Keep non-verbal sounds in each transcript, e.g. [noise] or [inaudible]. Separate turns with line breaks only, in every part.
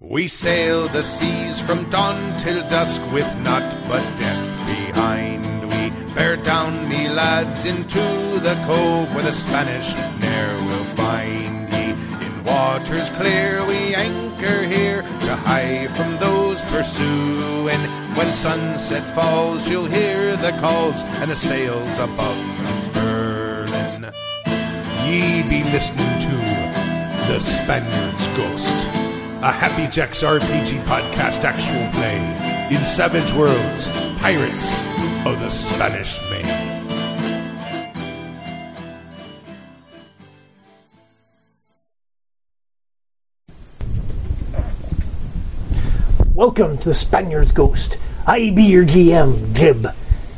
We sail the seas from dawn till dusk with naught but death behind. We bear down, me lads, into the cove where the Spanish ne'er will find ye. In waters clear we anchor here to hide from those pursuing. When sunset falls, you'll hear the calls and the sails above furling. Ye be listening to The Spaniard's Ghost, a Happy Jack's RPG podcast actual play in Savage Worlds, Pirates of the Spanish Main.
Welcome to the Spaniard's Ghost. I be your GM, Jib,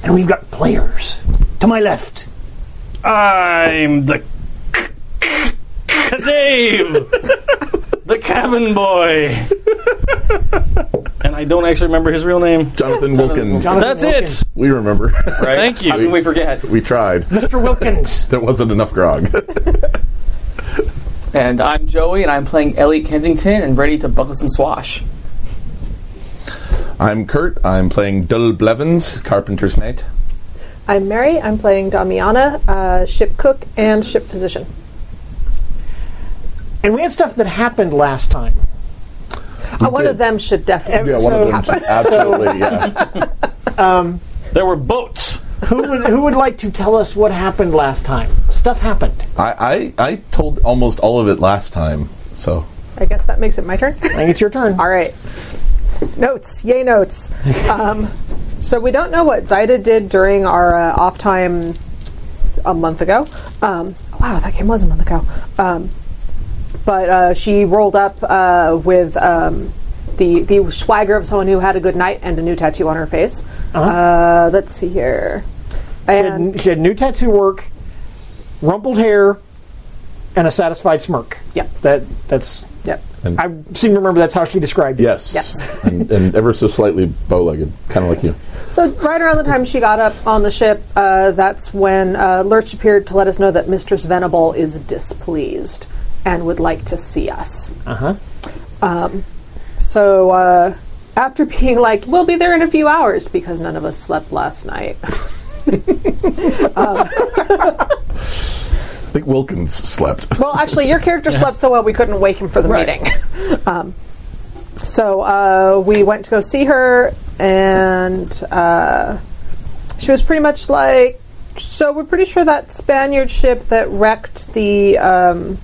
and we've got players. To my left,
I'm the Dave, the cabin boy, and I don't actually remember his real name.
Jonathan Wilkins.
Jonathan-
That's
Wilkins.
it.
[laughs] We remember. Right?
Thank you.
How can we
[laughs]
forget?
We tried.
Mr. Wilkins.
There wasn't enough grog. [laughs]
And I'm Joey, and I'm playing Elliot Kensington, and ready to buckle some swash.
I'm Kurt. I'm playing Dull Blevins, Carpenter's Mate.
I'm Mary. I'm playing Damiana, uh, ship cook and ship physician.
And we had stuff that happened last time.
Uh, one
did.
of them should definitely.
Yeah, one
So-
of [laughs] them. Absolutely, [laughs] yeah.
There were boats.
Who would, who would like to tell us what happened last time? Stuff happened.
I, I, I told almost all of it last time, so.
I guess that makes it my
[laughs]
turn.
I think it's your turn.
All right. Notes. Yay, notes. um, so we don't know what Zaida did during our uh, off time a month ago. Um, wow, that game was a month ago. Um, but uh, she rolled up uh, with um, the the swagger of someone who had a good night and a new tattoo on her face. uh let's see here.
Uh-huh. She
And
had, she had new tattoo work, rumpled hair, and a satisfied smirk.
Yep.
That that's.
yep.
I seem to remember that's how she described it.
Yes.
Yes.
and, and ever so slightly bow legged, kind of like you.
So right around the time she got up on the ship, uh, that's when uh, Lurch appeared to let us know that Mistress Venable is displeased and would like to see us. Uh huh. Um, so uh, after being like, "We'll be there in a few hours," because none of us slept last night.
I think Wilkins slept.
Well, actually, your character slept so well we couldn't wake him for the
Right.
meeting. [laughs] um, so uh, we went to go see her, and uh, she was pretty much like, "So we're pretty sure that Spaniard ship that wrecked the um,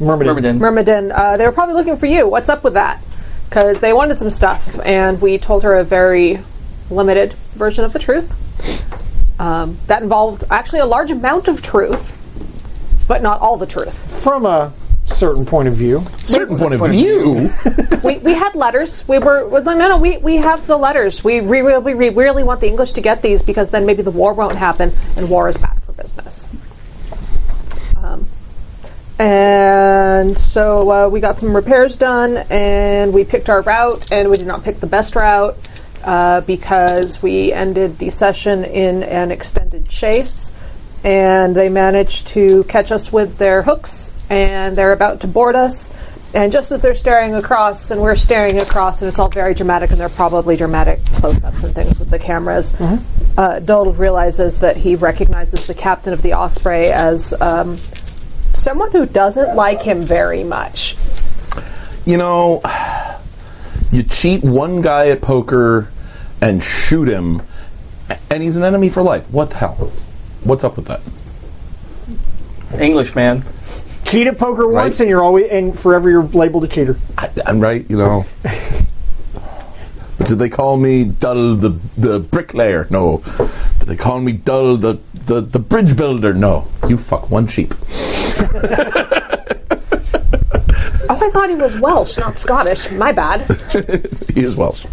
Myrmidon.
Myrmidon.
Myrmidon, uh, they were probably looking for you. What's up with that? Because they wanted some stuff, and we told her a very limited version of the truth. Um, that involved actually a large amount of truth, but not all the truth."
From a certain point of view.
[laughs] Certain point of view.
we, we had letters. We were we're like, no, no. We, we have the letters. We re- really we really want the English to get these because then maybe the war won't happen, and war is bad for business. Um, and so uh, we got some repairs done, and we picked our route, and we did not pick the best route uh, because we ended the session in an extended chase, and they managed to catch us with their hooks, and they're about to board us. And just as they're staring across, and we're staring across, and it's all very dramatic, and they're probably dramatic close ups and things with the cameras. Uh, Dole realizes that he recognizes the captain of the Osprey as um, someone who doesn't like him very much.
[laughs] you know, you cheat one guy at poker and shoot him, and he's an enemy for life. What the hell? What's up with that?
English man.
Cheat at poker once,
Right.
and you're always and forever you're labeled a cheater.
I, I'm right, you know. Did they call me Dull the the bricklayer? No. Did they call me Dull the, the, the bridge builder? No. You fuck one sheep.
Oh, I thought he was Welsh, not Scottish. My bad.
He is Welsh.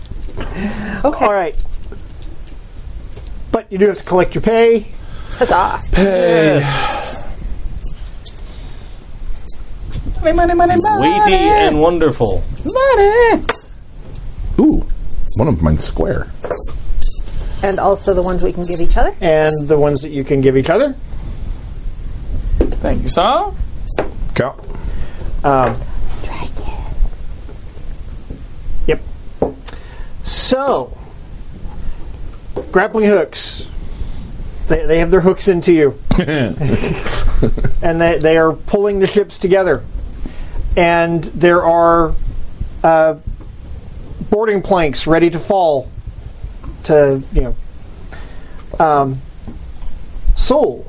Okay.
All right. But you do have to collect your pay.
Huzzah.
Weighty and wonderful.
Ooh, one of mine's square.
And also the ones we can give each other.
and the ones that you can give each other.
Thank you, sir.
Cow.
So, grappling hooks. They, they have their hooks into you. and they, they are pulling the ships together. And there are uh, boarding planks ready to fall to, you know. Um, so,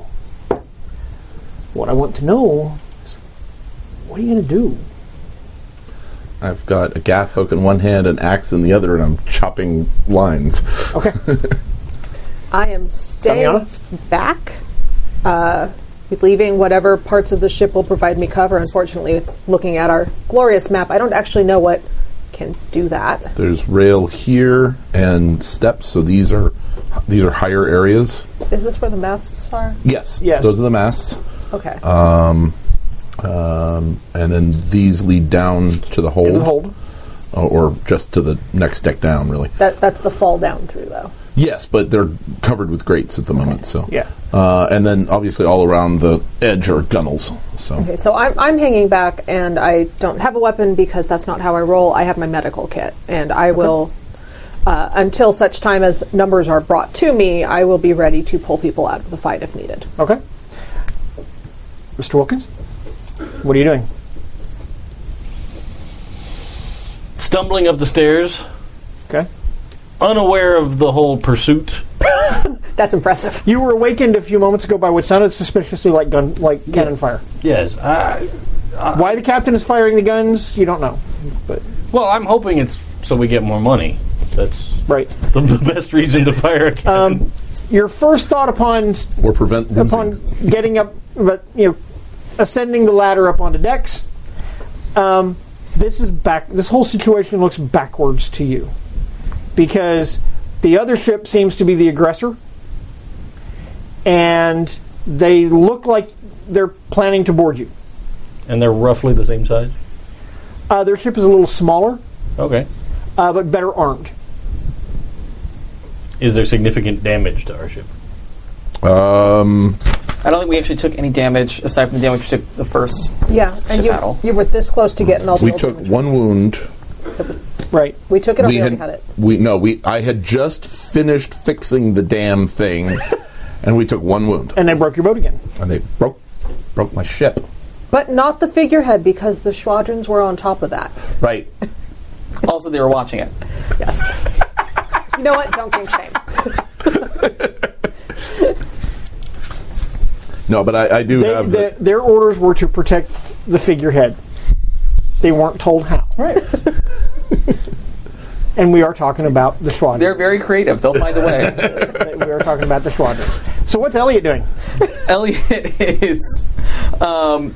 what I want to know is what are you going to do?
I've got a gaff hook in one hand, an axe in the other, and I'm chopping lines.
Okay.
I am staying
Damiana?
back, uh, leaving whatever parts of the ship will provide me cover. Unfortunately, looking at our glorious map, I don't actually know what can do that.
There's rail here and steps, so these are these are higher areas.
Is this where the masts are?
Yes.
Yes.
Those are the masts.
Okay.
Um, and then these lead down to the hold.
Into the hold.
Uh, or just to the next deck down, really.
that that's the fall down through though.
Yes, but they're covered with grates at the moment. So
Yeah.
Uh, and then obviously all around the edge are gunnels. So
Okay, so I'm I'm hanging back and I don't have a weapon because that's not how I roll. I have my medical kit and I will uh, until such time as numbers are brought to me, I will be ready to pull people out of the fight if needed.
Okay. Mr. Wilkins, what are you doing?
Stumbling up the stairs,
Okay.
unaware of the whole pursuit.
That's impressive.
You were awakened a few moments ago by what sounded suspiciously like gun, like cannon fire.
Yes. I,
Why the captain is firing the guns, you don't know. But
well, I'm hoping it's so we get more money. That's
right,
the, the [laughs] best reason to fire a cannon.
your first thought upon
or prevent losing.
upon getting up, but you know, ascending the ladder up onto decks. Um, this is back. This whole situation looks backwards to you, because the other ship seems to be the aggressor, and they look like they're planning to board you.
and they're roughly the same size.
Uh, their ship is a little smaller,
Okay.
uh, but better armed.
Is there significant damage to our ship?
um,
I don't think we actually took any damage aside from the damage to the first.
Yeah,
Ship
and you,
battle.
you were this close to getting all the
we
old
took
damage.
one wound.
Right.
We took it or we,
we
already had it.
we no we I had just finished fixing the damn thing, and we took one wound,
And they broke your boat again.
and they broke broke my ship.
But not the figurehead because the Schwadrons were on top of that.
Right.
Also, they were watching it.
Yes. [laughs] you know what? Don't game shame.
No, but I, I do
They,
have.
the, their orders were to protect the figurehead. They weren't told how. Right. [laughs] and we are talking about the Schwadron.
They're very creative. They'll find a way.
[laughs] we are talking about the Schwadrons. So what's Elliot doing?
Elliot is, um,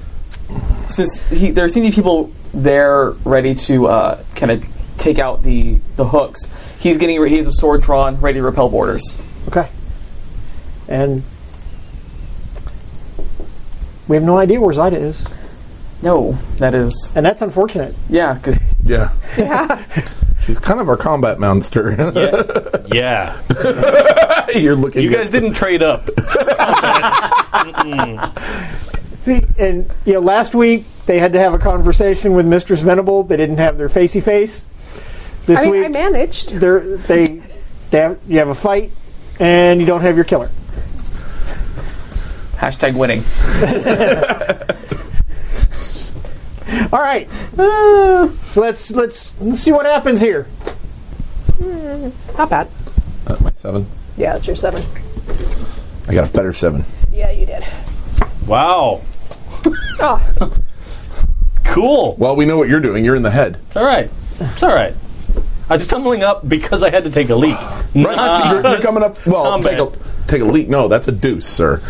since he, there seem to be people there ready to uh, kind of take out the the hooks. He's getting re- he has a sword drawn, ready to repel boarders.
Okay. And we have no idea where Zyda is,
No, that is
and that's unfortunate.
yeah, because
yeah. Yeah. She's kind of our combat monster. [laughs]
Yeah.
You're looking.
You
at-
guys didn't trade up.
See, and you know, last week they had to have a conversation with Mistress Venable. They didn't have their facey face. This
I mean,
week,
I managed.
they're, they, they have, you have a fight, and you don't have your killer.
hashtag winning.
All right,
Ah.
Uh, so let's let's let's see what happens here.
Not bad.
Uh, my seven.
Yeah, it's your seven.
I got a better seven.
Yeah, you did.
Wow.
Oh,
Cool.
Well, we know what you're doing. You're in the head.
It's all right. It's all right. I'm stumbling up because I had to take a leak.
Right? you're, you're coming up. Well,
Ah. Combat.
take a, take a leak. No, that's a deuce, sir.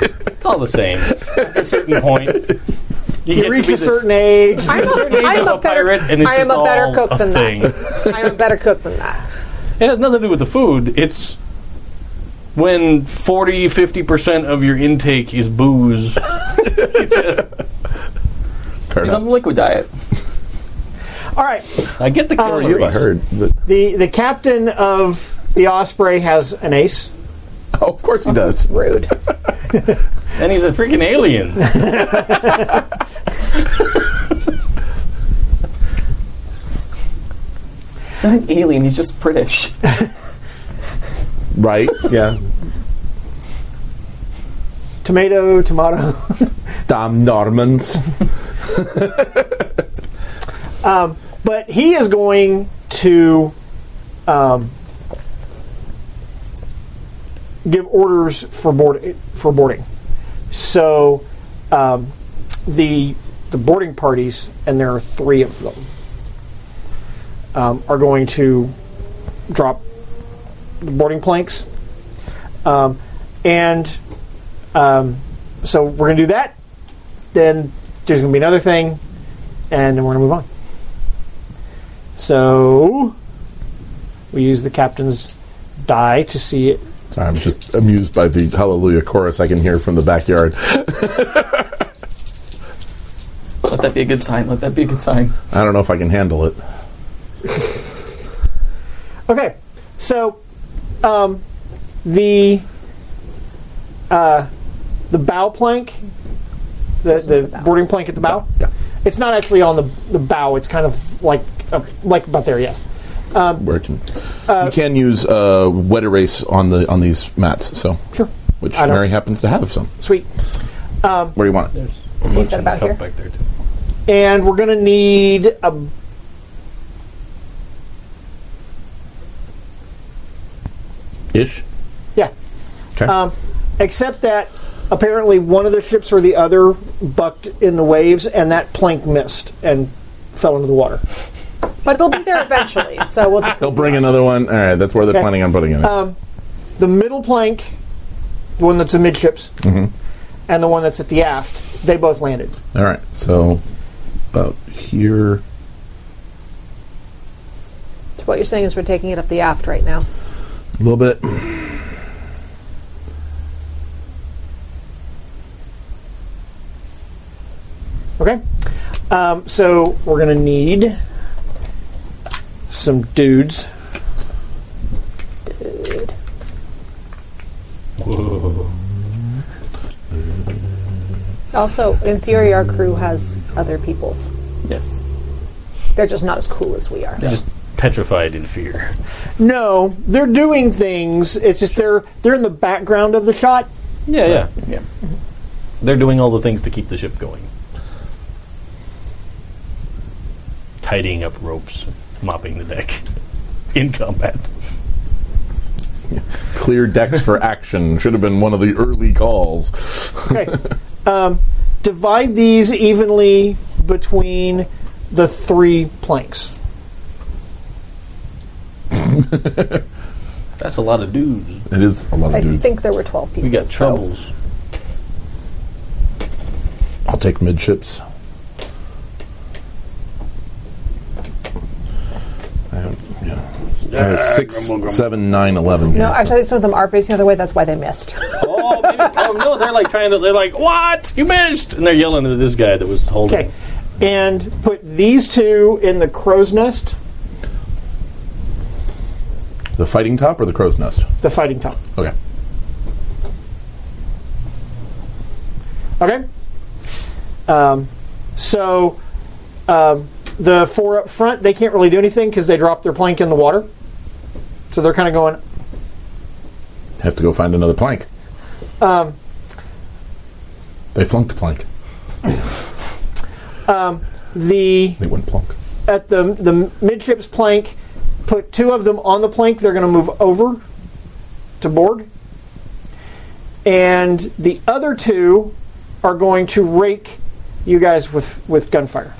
It's all the same. After a certain point, you, get
You
to
reach
be
a
the
certain age.
I'm a,
certain age
I'm
of
a
a pirate, and
better,
it's
I am
just
a better
all
cook
a
than
thing.
that. I am a better cook
[laughs]
than that.
It has nothing to do with the food. It's when 40, 50% of your intake is booze.
Fair
He's on
enough.
the liquid diet.
All right,
I get the
Oh,
calories.
you, I heard. But, [laughs]
the the captain of the Osprey has an ace.
oh, of course he does.
Rude.
And he's a freaking
[laughs]
alien.
He's not an alien. He's just British.
Right? Yeah.
Tomato, tomato.
Damn Normans.
But he is going to um, give orders for board for boarding. So um, the the boarding parties, and there are three of them, um, are going to drop the boarding planks, um, and um, so we're going to do that. Then there's going to be another thing, and then we're going to move on. So we use the captain's die to see it.
Sorry, I'm just amused by the hallelujah chorus I can hear from the backyard.
[laughs] Let that be a good sign. Let that be a good sign.
I don't know if I can handle it.
Okay, so um, the uh, the bow plank, the, the boarding plank at the bow.
Yeah.
It's not actually on the, the bow. It's kind of like uh, like about there. Yes.
Where it can, you can use uh, wet erase on the on these mats, so
Sure.
which
I don't-
Mary happens to have some.
Sweet.
Where do you want it?
He said about here.
back there too.
And we're gonna need a.
Ish.
Yeah.
Okay.
Um, except that apparently one of the ships or the other bucked in the waves, and that plank missed and fell into the water.
But they'll be there eventually, so we'll
[laughs]
just
They'll bring another one. All right, that's where they're
Okay.
planning on putting it.
Um,
The middle plank, the one that's amidships, and the one that's at the aft, they both landed.
All right, so about here.
What you're saying is we're taking it up the aft right now.
A little bit.
Okay? Um, so we're going to need some dudes.
Also, in theory, our crew has other people's.
Yes.
They're just not as cool as we are.
Just petrified in fear.
No, they're doing things. It's just they're they're in the background of the shot.
Yeah, yeah.
Yeah.
They're doing all the things to keep the ship going. Tidying up ropes, mopping the deck [laughs] in combat.
Clear decks for action should have been one of the early calls.
Okay. um, divide these evenly between the three planks.
That's a lot of dudes.
It is a lot of
I
dudes.
think there were 12
We
pieces.
got
so-
troubles.
I'll take midships. I don't- yeah. Uh, six, seven, nine, eleven. yeah.
No, actually, I think some of them are facing the other way. That's why they missed. [laughs]
oh, maybe, oh no, they're like trying to. They're like, "What? You missed!" And they're yelling at this guy that was holding.
Okay. And put these two in the crow's nest,
The fighting top or the crow's nest?
the fighting top.
Okay.
Okay. Um, so um, the four up front, they can't really do anything because they dropped their plank in the water. So they're kind of going.
Have to go find another plank. Um, they flunked plank.
The
They went plunk.
at the the midships plank, put two of them on the plank. They're going to move over to board, and the other two are going to rake you guys with with gunfire.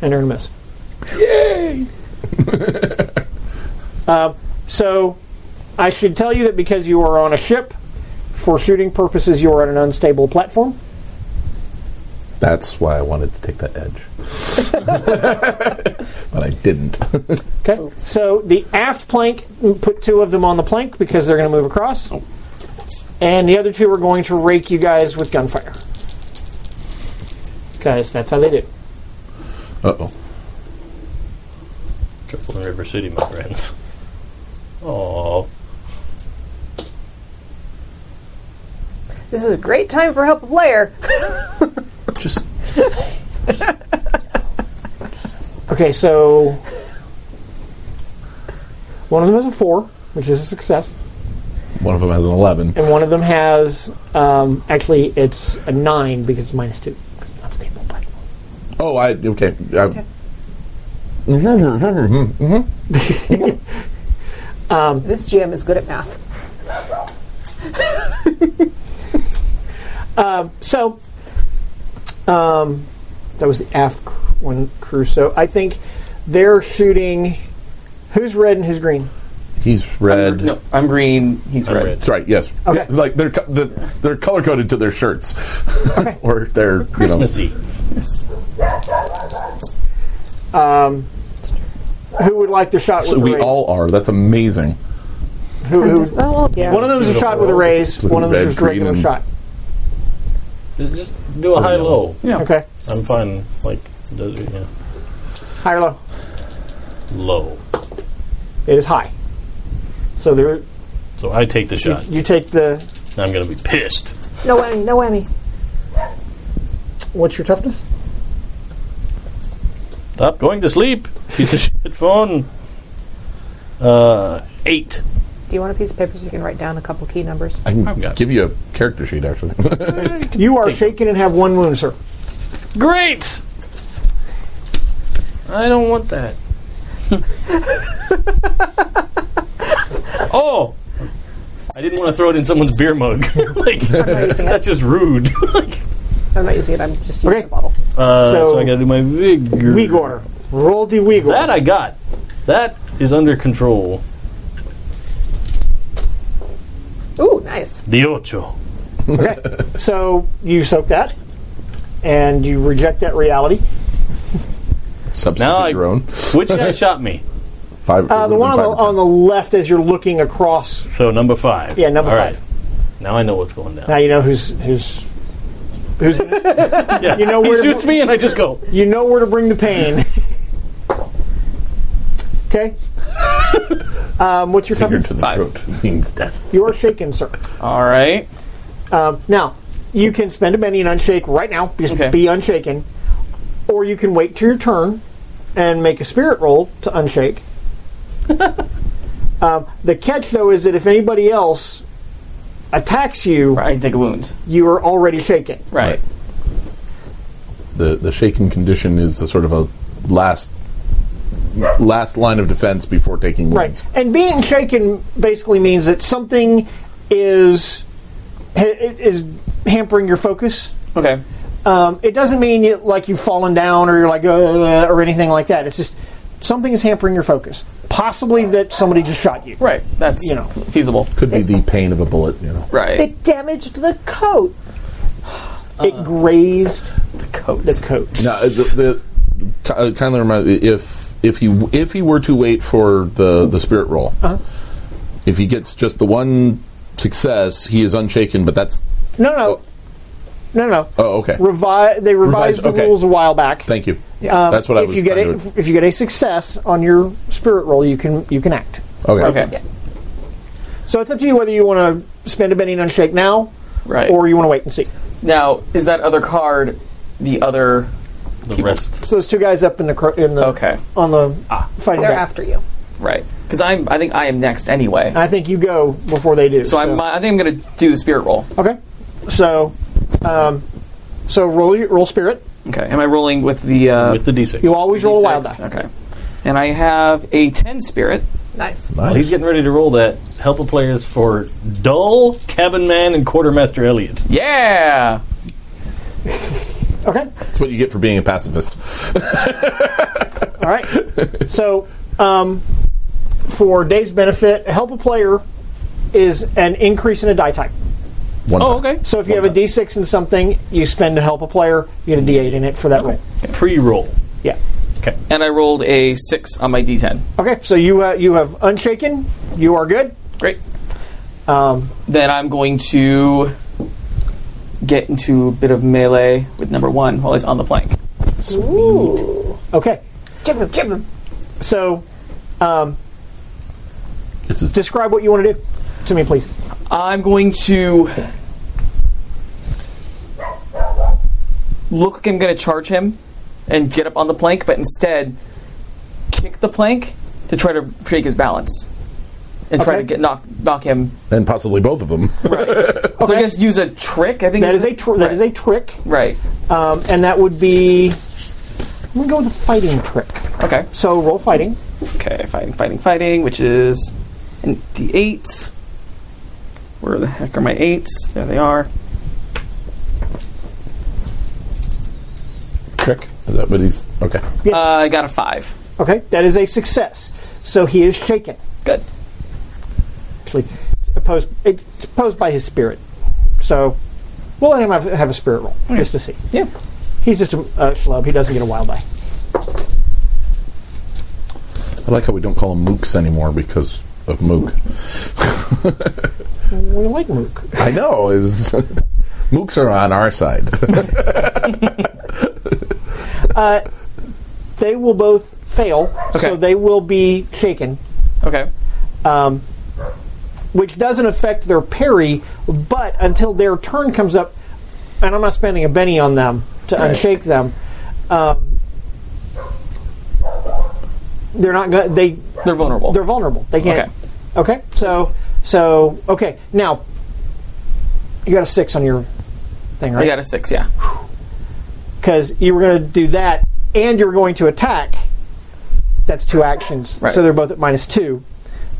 And they're gonna miss. So, I should tell you that because you are on a ship, for shooting purposes, you are on an unstable platform.
That's why I wanted to take that
[laughs]
edge. but I didn't.
Okay. So the aft plank, mm, put two of them on the plank because they're going to move across, and the other two are going to rake you guys with gunfire. Because that's how they do.
Uh oh.
Triple in River City, my friends. Oh,
This is a great time for help of layer.
Just
Okay, so one of them has a four, which is a success,
one of them has an eleven.
and one of them has um, actually it's a nine because it's minus two because it's not stable. But
Oh, I okay. I,
This GM is good at math.
so um, that was the aft cr- one crew. So I think they're shooting. Who's red and who's green?
[laughs] He's red.
No, I'm green. He's
I'm
red.
red.
That's right. Yes.
Okay.
Yeah, like they're co- the, they're color coded to their shirts, [laughs] or their You
Christmassy.
Who would like the shot
know, so
with the
we
raise?
all are. That's amazing.
who, who, would-
Well, yeah.
one of them is a shot with a raise. One of them is
Red,
just regular
green, and-
shot.
Just do a high low.
Okay,
I'm fine. Like those are, yeah.
high or low?
low.
It is high. So there,
So I take the
you,
shot.
you take the.
I'm gonna be pissed.
No whammy, no whammy.
What's your toughness?
Stop going to sleep. Piece of [laughs] shit phone. Uh, eight.
Do you want a piece of paper so you can write down a couple key numbers?
I can
got-
give you a character sheet actually. [laughs]
You are shaken and have one wound, sir.
Great. I don't want that. [laughs] oh, I didn't want to throw it in someone's beer mug. [laughs] like [laughs]
using it.
that's just rude. like,
I'm not using it, I'm just using
Okay.
the bottle.
uh, so,
So-
I got to do my vigor.
Weak order. Roll the weak order.
That I got. That is under control.
Ooh, nice.
The ocho.
Okay. so you soak that, and you reject that reality.
Substitute
Now I-
your own.
[laughs]
Which guy shot me?
Five.
Uh, the one on the, on the left, as you're looking across,
So number five.
Yeah, number
All right.
five.
Now I know what's going down.
now you know who's who's who's.
Yeah.
You know
he
where to-
shoots me, and I just go.
you know where to bring the pain. Okay. Um, what's your
Finger
toughness?
to the throat means death.
You are shaken, sir.
All right.
Um, now, you can spend a penny and unshake right now. Just
Okay.
be unshaken. Or you can wait till your turn and make a spirit roll to unshake. um, the catch, though, is that if anybody else attacks you,
I take a wound.
you are already shaken.
Right.
The the shaken condition is a sort of a last last line of defense before taking wounds.
Right. And being shaken basically means that something is ha- is hampering your focus.
Okay.
Um, it doesn't mean you, like you've fallen down or you're like uh, or anything like that. It's just something is hampering your focus. Possibly that somebody just shot you.
Right. That's
You know.
feasible.
Could be the pain of a bullet. You know.
Right.
It damaged the coat.
It grazed
Coats.
the coat.
No, uh, the, the uh, kindly remind if if he if he were to wait for the the spirit roll,
Uh-huh.
if he gets just the one success, he is unshaken. But that's
No, no, no, no.
oh okay.
Revi- they revised
Revised,
the
okay.
rules a while back.
Thank you.
Um,
that's what I
if
was.
you get
trying
a,
to-
if you get a success on your spirit roll, you can you can act.
okay.
Okay.
So it's up to you whether you want to spend a penny and unshake now,
Right.
or you want to wait and see.
now, is that other card the other?
The rest.
So those two guys up in the cro- in the
Okay. Ah.
on the fighting
They're
back.
after you.
Right. Because I'm. I think I am next anyway.
I think you go before they do.
so I'm. I think I'm going to do the spirit roll.
Okay. So, um, so roll your- roll spirit.
Okay. Am I rolling with the? Uh,
With the D6.
You always roll a wild
D6?
die.
Okay. And I have a ten spirit.
Nice.
Well, he's getting ready to roll that. Help a players for Dull, Cabin Man, and Quartermaster Elliot.
Yeah.
Okay.
That's what you get for being a pacifist.
All right. [laughs] so, um, for Dave's benefit, help a player is an increase in a die type.
One
Oh,
time.
okay.
So if you have a D6 in something, you spend to help a player, you get a D8 in it for that roll.
Pre roll.
Yeah.
And I rolled a six on my D10.
Okay. So you uh, you have unshaken. You are good.
Great.
Um,
Then I'm going to get into a bit of melee with number one while he's on the plank.
okay.
Jim him, jim him.
So
This is
describe what you want to do to me, please.
I'm going to look like I'm going to charge him and get up on the plank, but instead kick the plank to try to shake his balance and try
Okay.
to get knock knock him.
and possibly both of them.
So I
Okay.
guess use a trick. I think
That
is
is a tr- that is a trick,
right.
um, and that would be. I'm gonna go with a fighting trick.
Okay.
So roll fighting.
Okay. Fighting, fighting, fighting, which is an d8. Where the heck are my eights? There they are.
Trick. Is that what he's okay?
Uh, I got a five.
Okay, that is a success. So he is shaken.
Good.
Actually, it's opposed it's opposed by his spirit. So we'll let him have, have a spirit roll just to see.
Yeah.
He's just a uh, schlub. He doesn't get a wild eye.
I like how we don't call them mooks anymore because of mook.
We like Mook.
I know is [laughs] mooks are on
[laughs]
our side.
They will both fail, so
Okay.
they will be shaken,
Okay.
which doesn't affect their parry. But until their turn comes up, and I'm not spending a penny on them to unshake them, um, they're not. Go- they
They're vulnerable.
They're vulnerable. They can't. Okay. So so okay. Now you got a six on your thing,
I
right?
got a six. Yeah.
Because you were going to do that, and you're going to attack. That's two actions.
Right.
So they're both at minus two,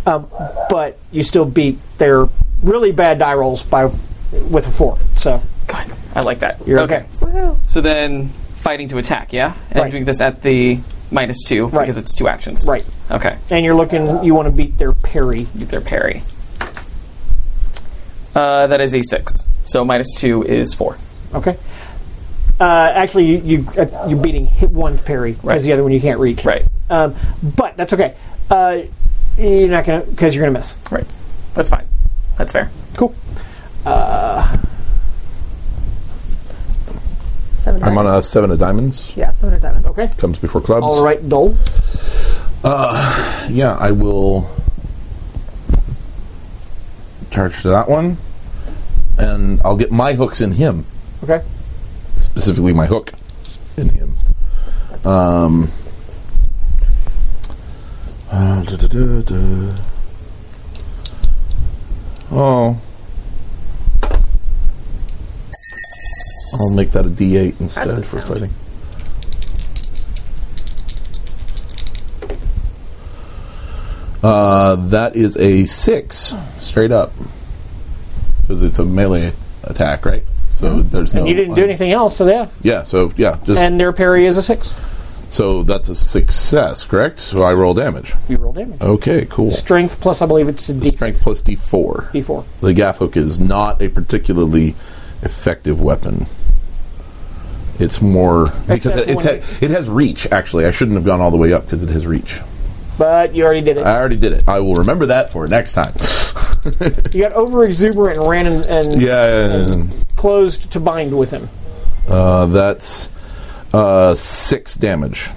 um, but you still beat their really bad die rolls by with a four. So
God, I like that.
you're
okay.
okay.
So then fighting to attack, yeah? And I'm
Right.
doing this at the minus two
Right.
because it's two actions.
Right.
Okay.
And you're looking. You want to beat their parry.
Get their parry. Uh, that is a six. So minus two is four.
Okay. Uh, actually, you, you uh, you're beating hit one parry because
Right.
the other one you can't reach.
Right.
Um, but that's okay. Uh, you're not gonna because you're gonna miss.
Right. That's fine. That's fair.
Cool.
Seven
I'm on a
diamonds.
seven of diamonds.
Yeah, seven of diamonds.
Okay.
Comes before clubs.
All right, Dole.
Yeah, I will charge to that one, and I'll get my hooks in him.
Okay.
specifically my hook in him. Um, uh, duh, duh, duh, duh. Oh. I'll make that a D8 instead
good
for
sound.
fighting. Uh, that is a six, straight up, because it's a melee attack, right? So there's no.
Mm-hmm. you didn't do
I'm-
anything else, so yeah.
yeah, so yeah, just
And their parry is a six.
so that's a success, correct? So I roll damage.
You roll damage.
Okay, cool.
Strength plus, I believe it's a D
Strength plus D4.
D4.
The gaff hook is not a particularly effective weapon. It's more because
Except
it, it's
when-
ha- it has reach. Actually, I shouldn't have gone all the way up because it has reach.
But you already did it.
I already did it. I will remember that for
[laughs]
next time.
you got over exuberant and ran and, and
yeah,
closed to bind with him.
uh, that's uh, six damage.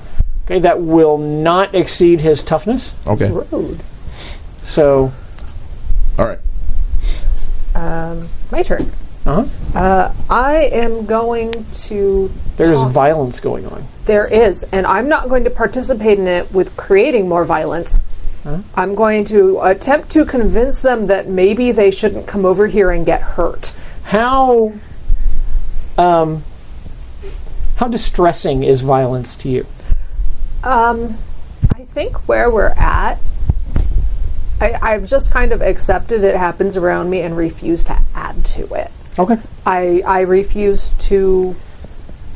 Okay, that will not exceed his toughness.
Okay,
So
all right. [laughs]
Um, my turn.
Uh-huh.
Uh, I am going to.
there's
talk-
violence going on.
There is, and I'm not going to participate in it with creating more violence. I'm going to attempt to convince them that maybe they shouldn't come over here and get hurt.
How um how distressing is violence to you?
Um, I think where we're at, I, I've just kind of accepted it happens around me and refuse to add to it.
Okay.
I, I refuse to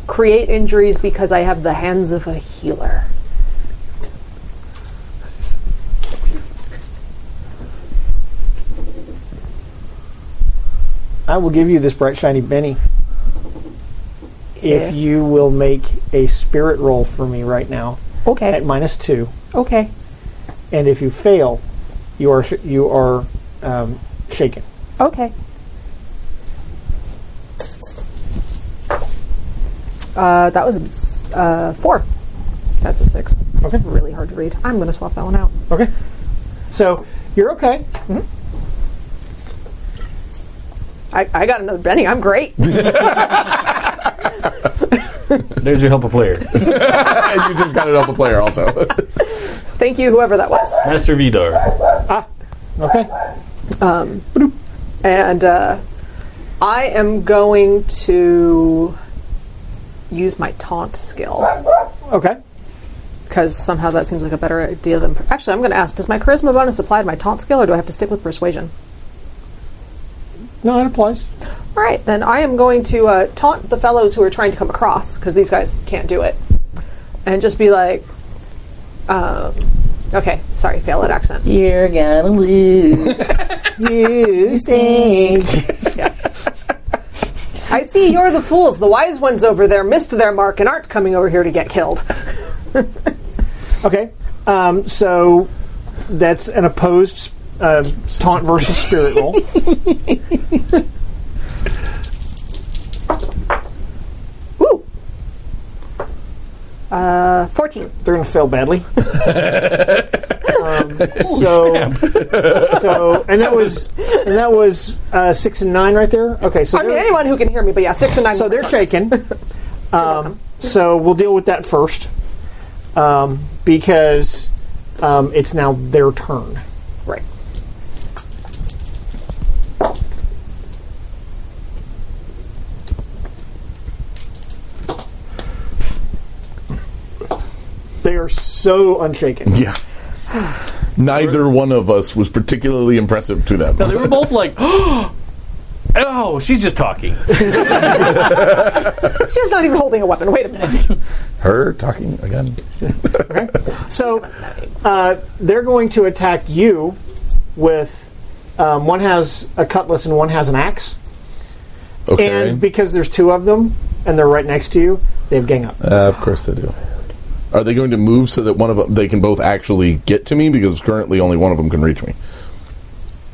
create injuries because I have the hands of a healer.
I will give you this bright shiny Benny
Yeah.
if you will make a spirit roll for me right now
Okay.
at minus two,
Okay.
and if you fail, you are sh- you are um, shaken.
Okay. Uh, that was uh, four. That's a six.
Okay.
It's really hard to read. I'm going to swap that one out.
Okay, so you're okay.
I, I got another Benny. I'm great.
There's your help a
[laughs]
player.
and you just got it off a player also. [laughs]
Thank you, whoever that was.
Master Vidar.
Okay.
And uh, I am going to use my taunt skill
Okay.
because somehow that seems like a better idea than. Actually, I'm going to ask: Does my charisma bonus apply to my taunt skill, or do I have to stick with persuasion?
No, it applies.
All right, then I am going to uh, taunt the fellows who are trying to come across because these guys can't do it, and just be like, um, "Okay, sorry, fail that accent."
You're gonna lose. you stink.
I see you're the fools. The wise ones over there missed their mark and aren't coming over here to get killed.
Okay. Um, so that's an opposed uh, taunt versus spirit roll.
Woo! Uh, 14.
They're going to fail badly. um, so, so, and that was, and that was uh, six and nine right there. Okay, so
I mean,
they're-
anyone who can hear me, but yeah, 6 and 9.
so they're shaken. Um, so we'll deal with that first, um, because um, it's now their turn.
Right.
They are so
[laughs]
unshaken.
yeah. Neither one of us was particularly impressive to them.
No, they were both like, [gasps] oh, she's just talking.
She's not even holding a weapon. Wait a minute.
Her talking again.
So uh, they're going to attack you with um, one has a cutlass and one has an axe.
Okay.
And because there's two of them and they're right next to you, they've gang up.
Uh, of course they do. Are they going to move so that one of them they can both actually get to me? Because currently only one of them can reach me.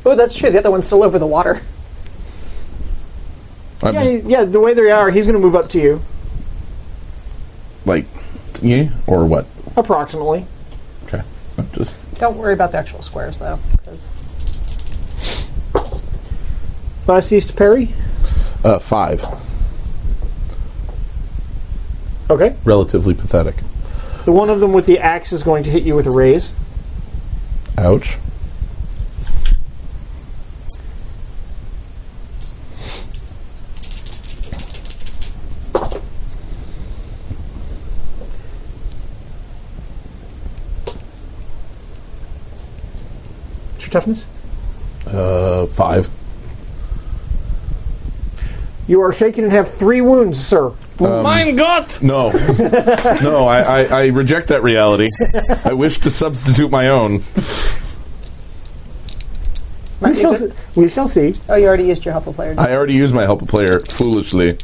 Oh, that's true. The other one's still over the water.
I'm
Yeah, yeah. The way they are, he's going to move up to you
like, yeah, or what?
approximately.
Okay, I'm just
Don't worry about the actual squares, though. 'cause-
Last East Perry.
uh, five.
Okay.
Relatively pathetic.
The one of them with the axe is going to hit you with a raise.
Ouch.
What's your toughness?
Uh, five.
You are shaken and have three wounds, sir.
Um,
Mein Gott!
No, no, I, I, I reject that reality. I wish to substitute my own.
We shall, see, we shall see.
Oh, you already used your helpful player.
I already used my help a player foolishly,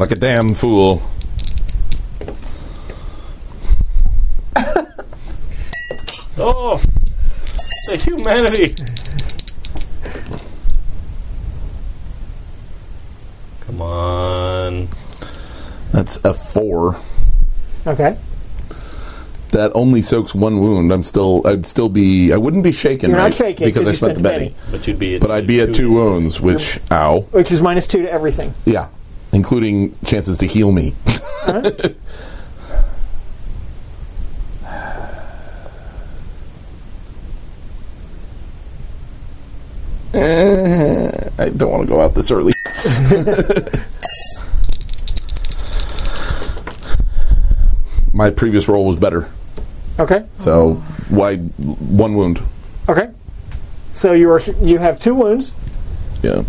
like a damn fool.
Oh, the humanity. Come on.
That's a four.
Okay.
that only soaks one wound. I'm still, I'd still be, I wouldn't be shaken,
You're
right?
not shaken
because I
you
spent the penny.
But you'd be at
But I'd be at two wounds, which, ow,
Which is minus two to everything.
yeah, including chances to heal me. [laughs] Eh, I don't want to go out this early. [laughs] My previous roll was better,
Okay.
so why one wound?
Okay. So you are sh- you have two wounds.
Yeah.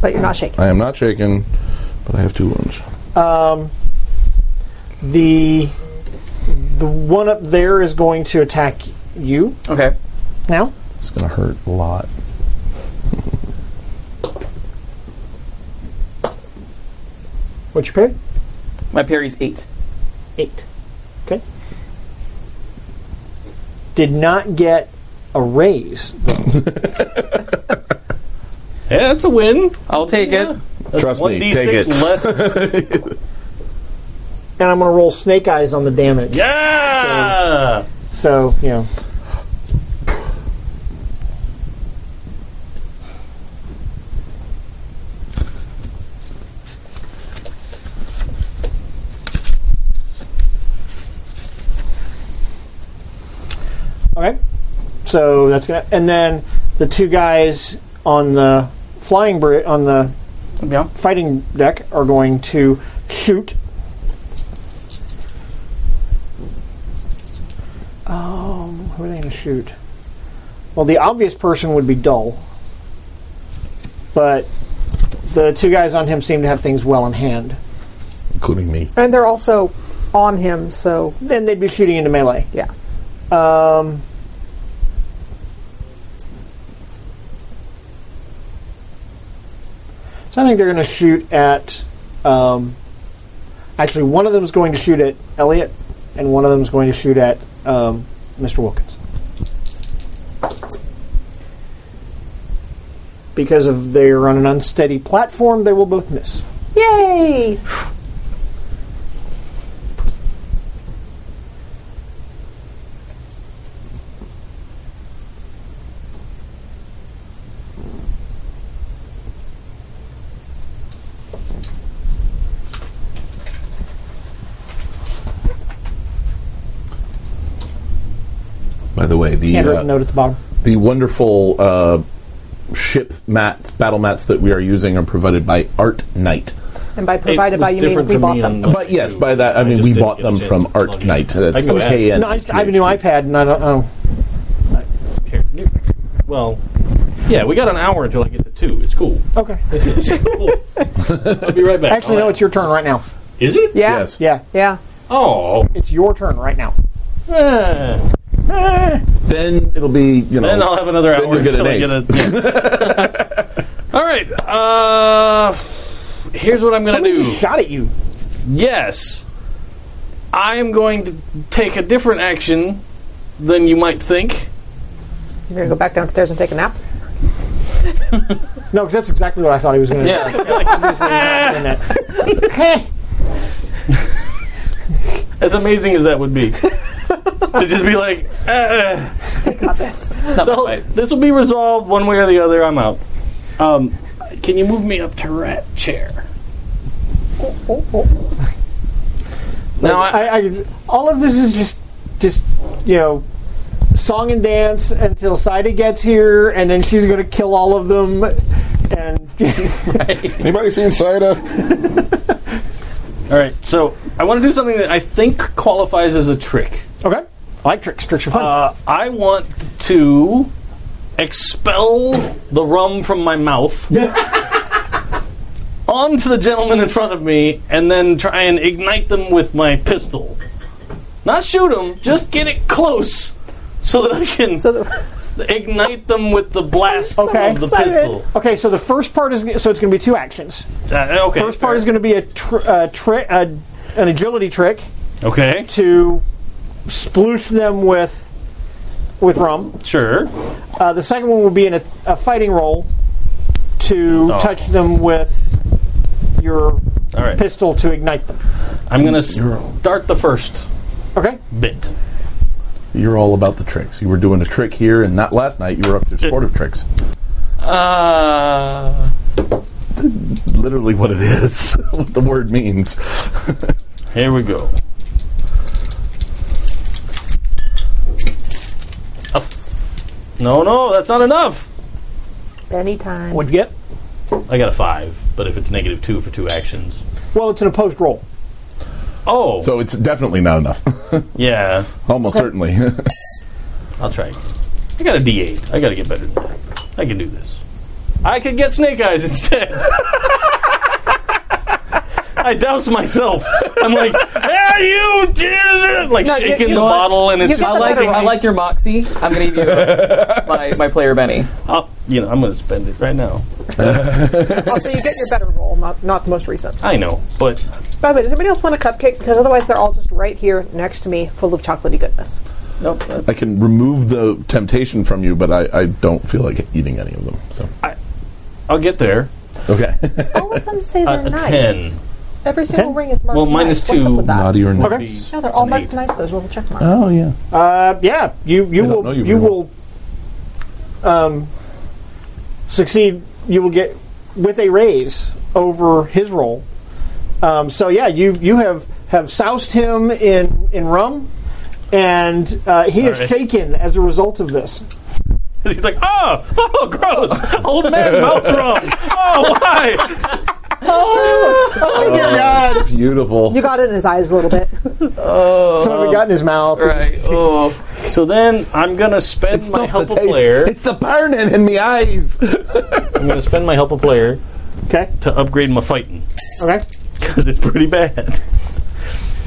But you're not shaking.
I am not shaken, but I have two wounds.
The the one up there is going to attack you
Okay.
now.
It's gonna hurt a lot.
What's your parry?
My parry's eight.
Eight. Okay. Did not get a raise.
Yeah, that's a win.
I'll take it.
That's
Trust me,
1d6
take it.
Less.
And I'm going to roll snake eyes on the damage.
yeah!
So, you know. So that's gonna. And then the two guys on the flying bri- on the
Yeah.
fighting deck are going to shoot. Um, who are they going to shoot? Well, the obvious person would be Dull, but the two guys on him seem to have things well in hand.
including me.
And they're also on him, so
Then they'd be shooting into melee.
yeah.
Um, so I think they're going to shoot at. Um, actually, one of them is going to shoot at Elliot, and one of them is going to shoot at um, Mr. Wilkins. Because if they're on an unsteady platform, they will both miss.
Yay!
By the way, the uh,
Handwritten note at the bottom.
the wonderful uh, ship mats, battle mats that we are using are provided by Art Knight.
And by
It
provided by
was
you mean
different
we
for
bought
me
them.
on the-
But yes, by that I mean
just
we
didn't
bought
get a
them
chance
from
to
Art
plug in.
Knight.
I
That's
can go ahead.
K N.
No, I, just, I have a new iPad, and I don't. I don't
Here, you- Well, yeah, we got an hour until I get to two. It's cool. [laughs]
okay.
It's cool. I'll be right back.
Actually, no, it's your turn right now.
Is it?
Yeah.
Yes.
Yeah,
Yeah.
Oh.
it's your turn right now.
Eh.
Then it'll be you know.
Then I'll have another
Then
hour
you'll get
until
an
I get a. [laughs] All right. Uh, here's what I'm going to
Somebody
do.
just shot at you.
Yes. I am going to take a different action than you might think.
You're gonna go back downstairs and take a nap.
No, because that's exactly what I thought he was going [laughs] to
Yeah.
do. Heh.
As amazing as that would [laughs] be. to just be like, eh, eh.
Not my
Well,
fight.
this will be resolved one way or the other. I'm out. Um, can you move me up to rat chair? Now I,
I, I, all of this is just, just you know, song and dance until Saida gets here, and then she's going to kill all of them. And [laughs]
Anybody seen Saida?
all right. So I want to do something that I think qualifies as a trick.
okay, I like tricks. Tricks are fun.
Uh, I want to expel the rum from
[laughs]
my mouth onto the gentleman in front of me, and then try and ignite them with my pistol. Not shoot them, just get it close so that I can
So the,
[laughs] ignite them with the blast
Okay.
of the
excited.
pistol.
okay, so the first part is so it's going to be two actions.
Uh, okay.
First part is going to be a tr- uh, tri- uh, an agility trick
Okay.
to sploosh them with with rum.
Sure.
Uh, the second one will be in a, a fighting roll to touch them with your
All right.
pistol to ignite them.
I'm gonna start the first
Okay?
bit.
You're all about the tricks. You were doing a trick here, and not last night. You were up to sportive tricks.
Uh,
Literally, what it is, [laughs] what the word means.
Here we go. A- No, no, that's not enough.
anytime. [laughs]
What'd you get?
I got a five, but if it's negative two for two actions.
Well, it's an opposed roll.
Oh,
So it's definitely not enough. [laughs]
yeah,
Almost certainly. [laughs]
I'll try. again. I got a D8. I got to get better than that. I can do this. I could get snake eyes instead. [laughs] I douse myself. I'm like, hey, you, Jesus!" like
No, you-
shaking
you
the
know what?
bottle, and it's
You get
I
the
like
better
I
one.
like your moxie. I'm gonna give you my my player Benny.
I'll- "Oh, you know, I'm going to spend it right now.
also, you get your better roll, not not the most recent.
I know, but
By the way, does anybody else want a cupcake? Because otherwise, they're all just right here next to me, full of chocolatey goodness.
nope.
I can remove the temptation from you, but I, I don't feel like eating any of them. So
I'll get there.
okay,
All of them say they're
Uh, a
nice.
ten.
Every single
Ten?
ring is marked.
Well, minus
nice. What's
two.
up with that?
naughty [laughs] or not?
Okay.
No, they're all
An
marked
eight.
nice. Those little check marks.
Oh yeah.
Uh, yeah, you, you
don't
will
know
you,
you very
will um, succeed. You will get with a raise over his roll. Um, so yeah, you you have have soused him in in rum, and uh, he is
right.
shaken as a result of this.
He's like, oh, oh, gross. Old man mouth rum. Oh, why?
Oh dear God!
Beautiful.
You got it in his eyes a little bit.
Some of it got in his mouth.
Right. Oh.
So then I'm going to spend
It's
my
not
help
the
a
taste,
player.
It's the burning in the eyes.
I'm going to spend my help a player
Okay.
to upgrade my fighting
Okay.
because it's pretty bad.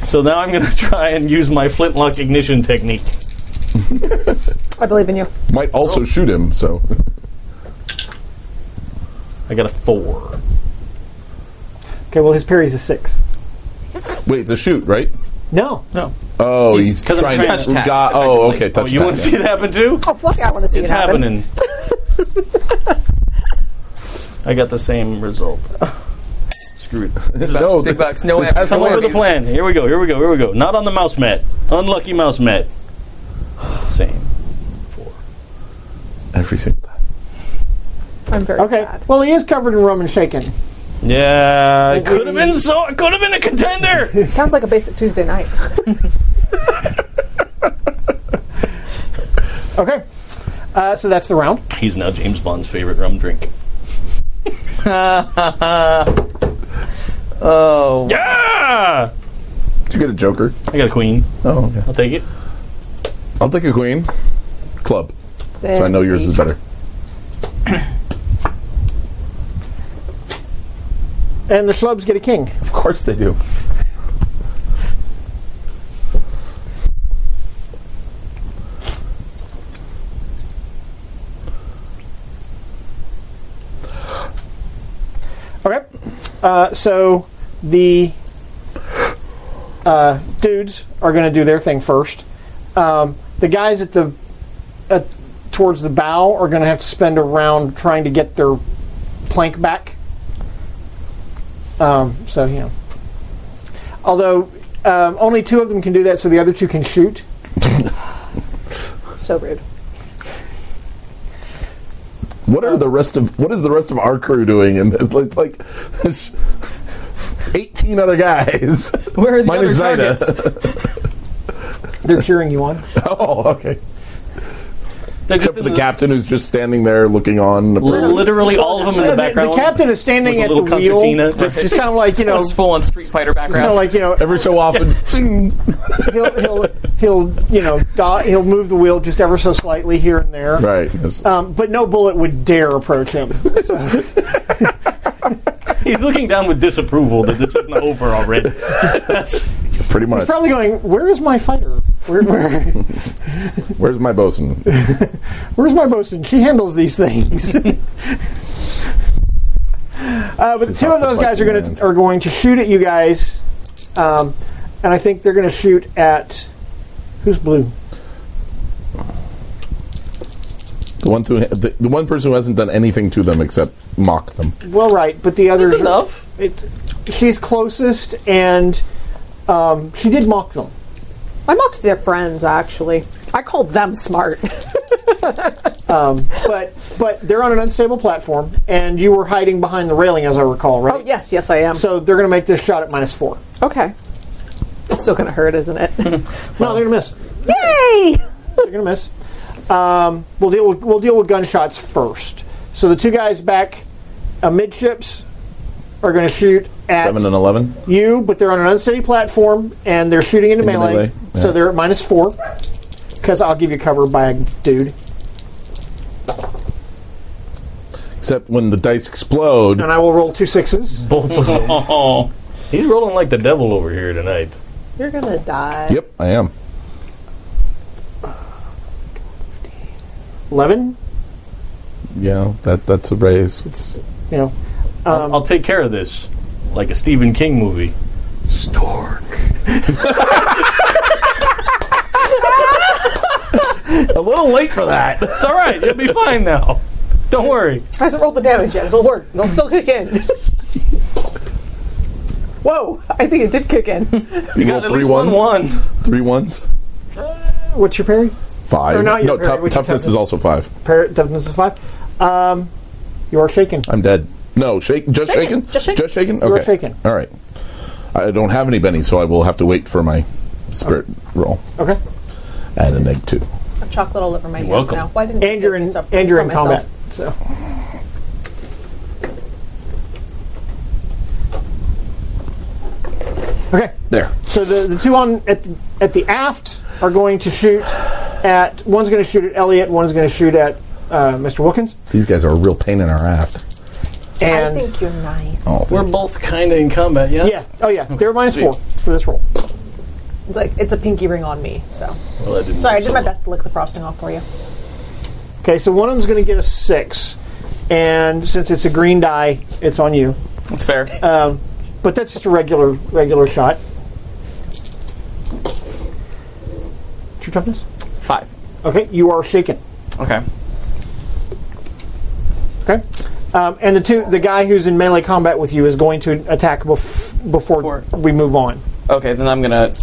So now I'm going to [laughs] try and use my flintlock ignition technique.
I believe in you.
Might
Oh.
also shoot him. So [laughs]
I got a four.
Okay. Well, his parry's a six.
wait, the shoot right?
No.
No.
Oh, he's,
'cause I'm
trying,
trying to-
to. Got, oh, okay.
Oh,
Touch
you want to see it happen too?
Oh fuck! I want to see
It's
it happen. [laughs]
happening. I got the same result. Screw it.
[laughs] No, th-
Big bucks. No
this has
action.
Come over the
Please.
plan. Here we go. Here we go. Here we go. Not on the mouse mat. Unlucky mouse mat. [sighs] Same. Four.
every single time.
I'm very
Okay.
sad.
Well, he is covered in rum and shaken.
Yeah, it could have been so. It could have been a contender. [laughs]
Sounds like a basic
[laughs]
Tuesday night.
Okay. Uh, so that's the round.
He's now James Bond's favorite rum drink.
Oh.
Yeah,
Did you get a joker?
I got a queen.
Oh, okay.
I'll take it.
I'll take a queen. Club. So I know yours is better.
And the schlubs get a king.
Of course they do.
Okay. Uh, so the uh, dudes are going to do their thing first. Um, the guys at the at, towards the bow are going to have to spend a round trying to get their plank back. Um, so you know, although um, only two of them can do that, so the other two can shoot.
So rude.
What are the rest of what is the rest of our crew doing? And [laughs] like, like there's eighteen
[laughs]
other guys.
Where are the
Mine
other
is Zyda.
targets?
[laughs]
They're cheering you on.
[laughs] oh, okay.
They're
Except
just
for
in
the captain who's just standing there looking on.
Literally all of them in the
the,
background.
the captain is standing
with a
at the
little
wheel.
concertina.
It's just kind of like you
[laughs]
know,
It's full on Street Fighter
kind of
background.
like you know,
Every
[laughs]
so often, zing.
he'll he'll he'll you know do- he'll move the wheel just ever so slightly here and there.
right? yes.
Um, but no bullet would dare approach
[laughs]
him.
He's looking down with disapproval that this isn't over already. [laughs] That's
pretty much.
He's probably going, "Where is my fighter? Where,
[laughs]
where,
Where's my bosun?
where's my bosun? She handles these
[laughs]
things." uh, but the two
off
of
the
those guys are
fucking
going
land.
to are going to shoot at you guys, um, and I think they're going to shoot at who's blue.
The one, to, the, the one person who hasn't done anything to them except mock them.
Well, right, but the others
That's enough.
It, she's closest, and um, she did mock them.
I mocked their friends actually. I called
[laughs]
them smart.
but but they're on an unstable platform, and you were hiding behind the railing, as I recall, right?
Oh yes, yes I am.
So they're going to make this shot at minus four.
okay. It's still gonna hurt, isn't it?
[laughs] No, they're going to miss.
Yay!
They're going to miss. Um, we'll deal with, we'll deal with gunshots first. So the two guys back amidships are going to shoot at
Seven and eleven.
you, but they're on an unsteady platform, and they're shooting into
Into
melee,
melee,
So
yeah.
they're at minus four. Because I'll give you cover by a dude,
Except when the dice explode,
and I will roll two sixes.
both of them. Oh, he's rolling like the devil over here tonight.
You're gonna die.
Yep, I am.
Eleven,
Yeah, that that's a raise.
you know,
I'll, I'll take care of this, like a Stephen King movie. Stork.
a little late for that.
It's all right. [laughs] You'll be fine now. Don't worry.
hasn't rolled the damage yet. It'll work. It'll still
[laughs]
kick in. Whoa! I think it did kick [laughs] in.
You
Got
got
at
three
least
ones.
one one.
Three ones.
what's your parry?
Five.
Or not your
no,
parry,
tough-
what's your
toughness
toughness?
is also five.
Parrot toughness is five. Um, you are shaken.
I'm dead. No, shake. Just shaken.
Shaken, just shaken.
Just shaken. Okay.
are shaken.
All right. I don't have any bennies, so I will have to wait for my spirit roll
Okay.
and a neg two.
I've chocolate all over my hands
welcome.
now. Why didn't
And
you
you're
save
in,
this up
and you're
for
in
myself?
combat. So okay.
There.
So the, the two on at the, at the aft are going to shoot at one's going to shoot at Elliot, one's going to shoot at uh, Mr. Wilkins,
These guys are a real pain in our aft.
and
I think you're nice.
Oh,
We're both kind of in combat, yeah?
yeah, oh yeah, they're minus four for this roll.
It's like it's a pinky ring on me. So
Well, that didn't
sorry, I
work
did
so
my
well.
best to lick the frosting off for you.
Okay, so one of them's going to get a six, and since it's a green die, it's on you.
That's fair.
But that's just a regular regular shot. What's your toughness?
Five.
Okay, you are shaken.
Okay.
Okay, um, and the two the guy who's in melee combat with you is going to attack bef- before
Before.
we move on.
Okay, then I'm gonna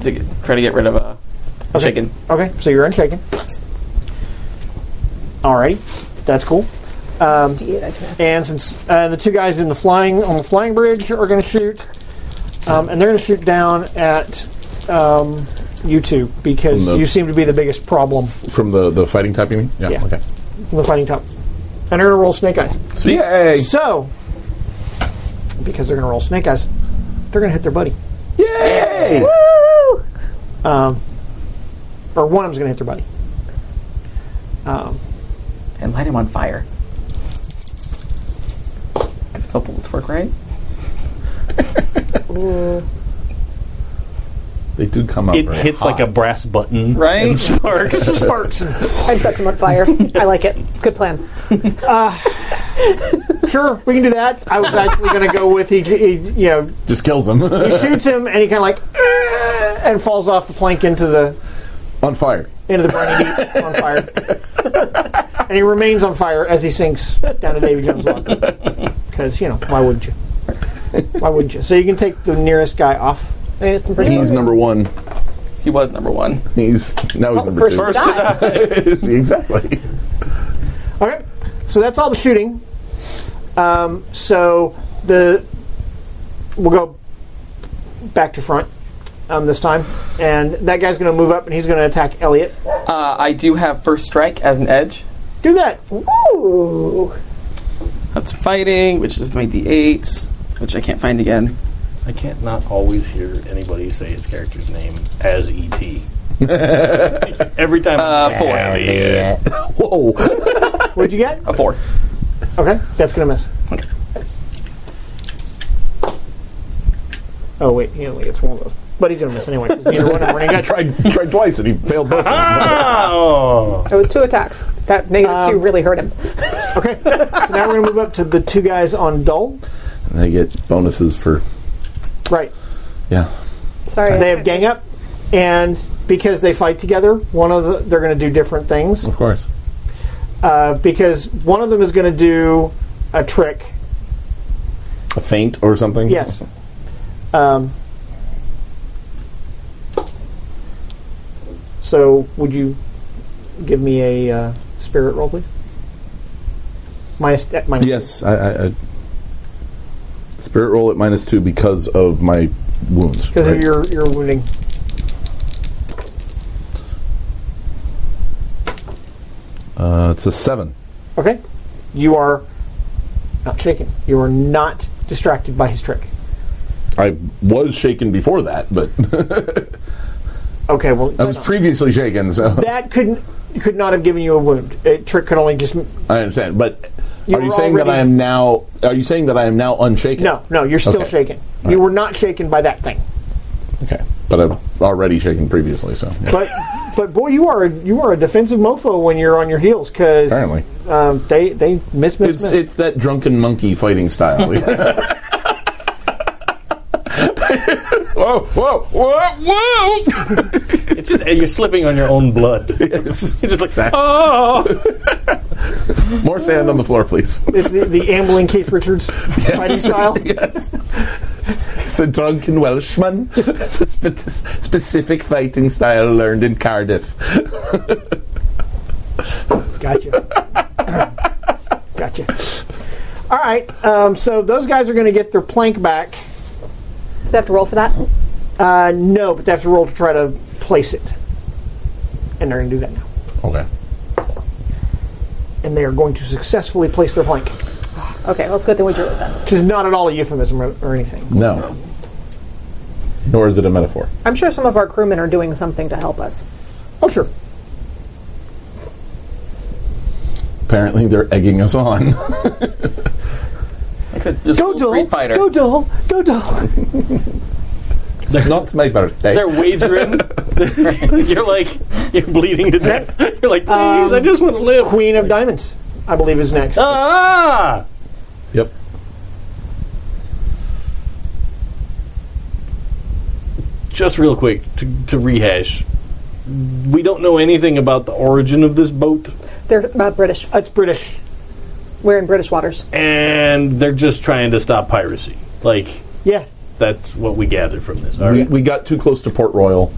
to get, try to get rid of a
Okay.
chicken.
Okay, so you're unshaken. Alrighty, that's cool.
D8, I can
And since uh, the two guys in the flying on the flying bridge are going to shoot, um, and they're going to shoot down at um, you two because
From the-
you seem to be the biggest problem
From the, the fighting type, you mean?
Yeah. in the fighting top. And they're going to roll snake eyes.
So, yay!
So, because they're going to roll snake eyes, they're going to hit their buddy,
Yay!
or one of them's going to hit their buddy.
and light him on fire. 'Cause That's how bullets work, right?
They do come up.
It
very
hits like
hot.
a brass button.
Right?
And sparks. sparks.
And set some on fire. I like it. Good plan.
Sure, we can do that. I was actually going to go with he, he, you know,
Just kills them.
he shoots him and he kind of like "Eh," and falls off the plank into the
[laughs] On fire.
into the burning heat on fire. and he remains on fire as he sinks down to Davy Jones' locker. Because, you know, why wouldn't you? Why wouldn't you? So you can take the nearest guy off.
I mean, it's some pretty.
He's number one.
He was number one.
He's now he's
Oh,
number
first
two.
to die.
[laughs] exactly.
Okay. So that's all the shooting. Um, so the. We'll go back to front um, this time. And that guy's going to move up and he's going to attack Elliot.
Uh, I do have first strike as an edge.
Do that.
Ooh.
That's fighting, which is my d8, which I can't find again.
I can't not always hear anybody say his character's name as [laughs] E.T. Every time.
Uh, four.
Whoa.
What'd you get?
A four.
Okay. That's going to miss. Oh, wait. He only gets one of those. But he's going to miss anyway. 'cause Neither one of them are gonna get
tried tried twice and he failed both. of them.
Ah!
oh.
It was two attacks. That negative two really hurt him.
Okay, so now we're going to move up to the two guys on dull.
[laughs] They get bonuses for
Right.
yeah.
Sorry.
They have gang up, and because they fight together, one of the, they're going to do different things.
Of course.
Uh, because one of them is going to do a trick.
A feint or something.
Yes. Um, so would you give me a uh, spirit roll, please? Minus, at minus
Yes. I, I, I spirit roll at minus two because of my wounds.
because
right?
of your your wounding.
Uh, it's a seven.
Okay, you are not shaken. You are not distracted by his trick.
I was shaken before that, but [laughs]
Okay, well,
I was previously shaken, so [laughs]
that couldn't could not have given you a wound. A trick could only just
I understand. But
You
are you
were
saying that I
already-
am now? Are you saying that I am now unshaken?
no, no. You're still
Okay.
shaken. You were not shaken by that thing.
Okay, but I'm already shaken previously, so yeah.
But but boy, you are a, you are a defensive mofo when you're on your heels because
apparently
um, they they miss miss
it's
miss.
it's that drunken monkey fighting style. [laughs] whoa, whoa, whoa, whoa!
It's just, you're slipping on your own [laughs] blood. You're just like, oh.
More sand on the floor, please. [laughs]
It's the, the ambling Keith Richards
[laughs]
fighting style.
yes. It's a drunken Welshman. It's a spe- specific fighting style learned in Cardiff.
Gotcha. [coughs] gotcha. All right. Um, so those guys are going to get their plank back.
Do they have to roll for that?
Uh, no, but they have to roll to try to place it. and they're going to do that now.
Okay.
And they are going to successfully place their plank,
Okay, well, it's good that we drew it then.
which is not at all a euphemism or, or anything.
No. Nor is it a metaphor.
I'm sure some of our crewmen are doing something to help us.
Oh, sure.
Apparently, they're egging us on. [laughs]
Except just
Go, Dole.
Street Fighter.
Go, Dole. Go, Dole.
they're [laughs] not my birthday.
They're wagering. [laughs] you're like, you're bleeding to death. You're like, please, I just want to live.
Queen of Diamonds, I believe, is next.
Ah!
Yep.
Just real quick to, to rehash. We don't know anything about the origin of this boat,
They're uh, British.
That's British.
We're in British waters.
and they're just trying to stop piracy. Like,
Yeah.
that's what we gathered from this. All
We,
right.
we got too close to Port Royal.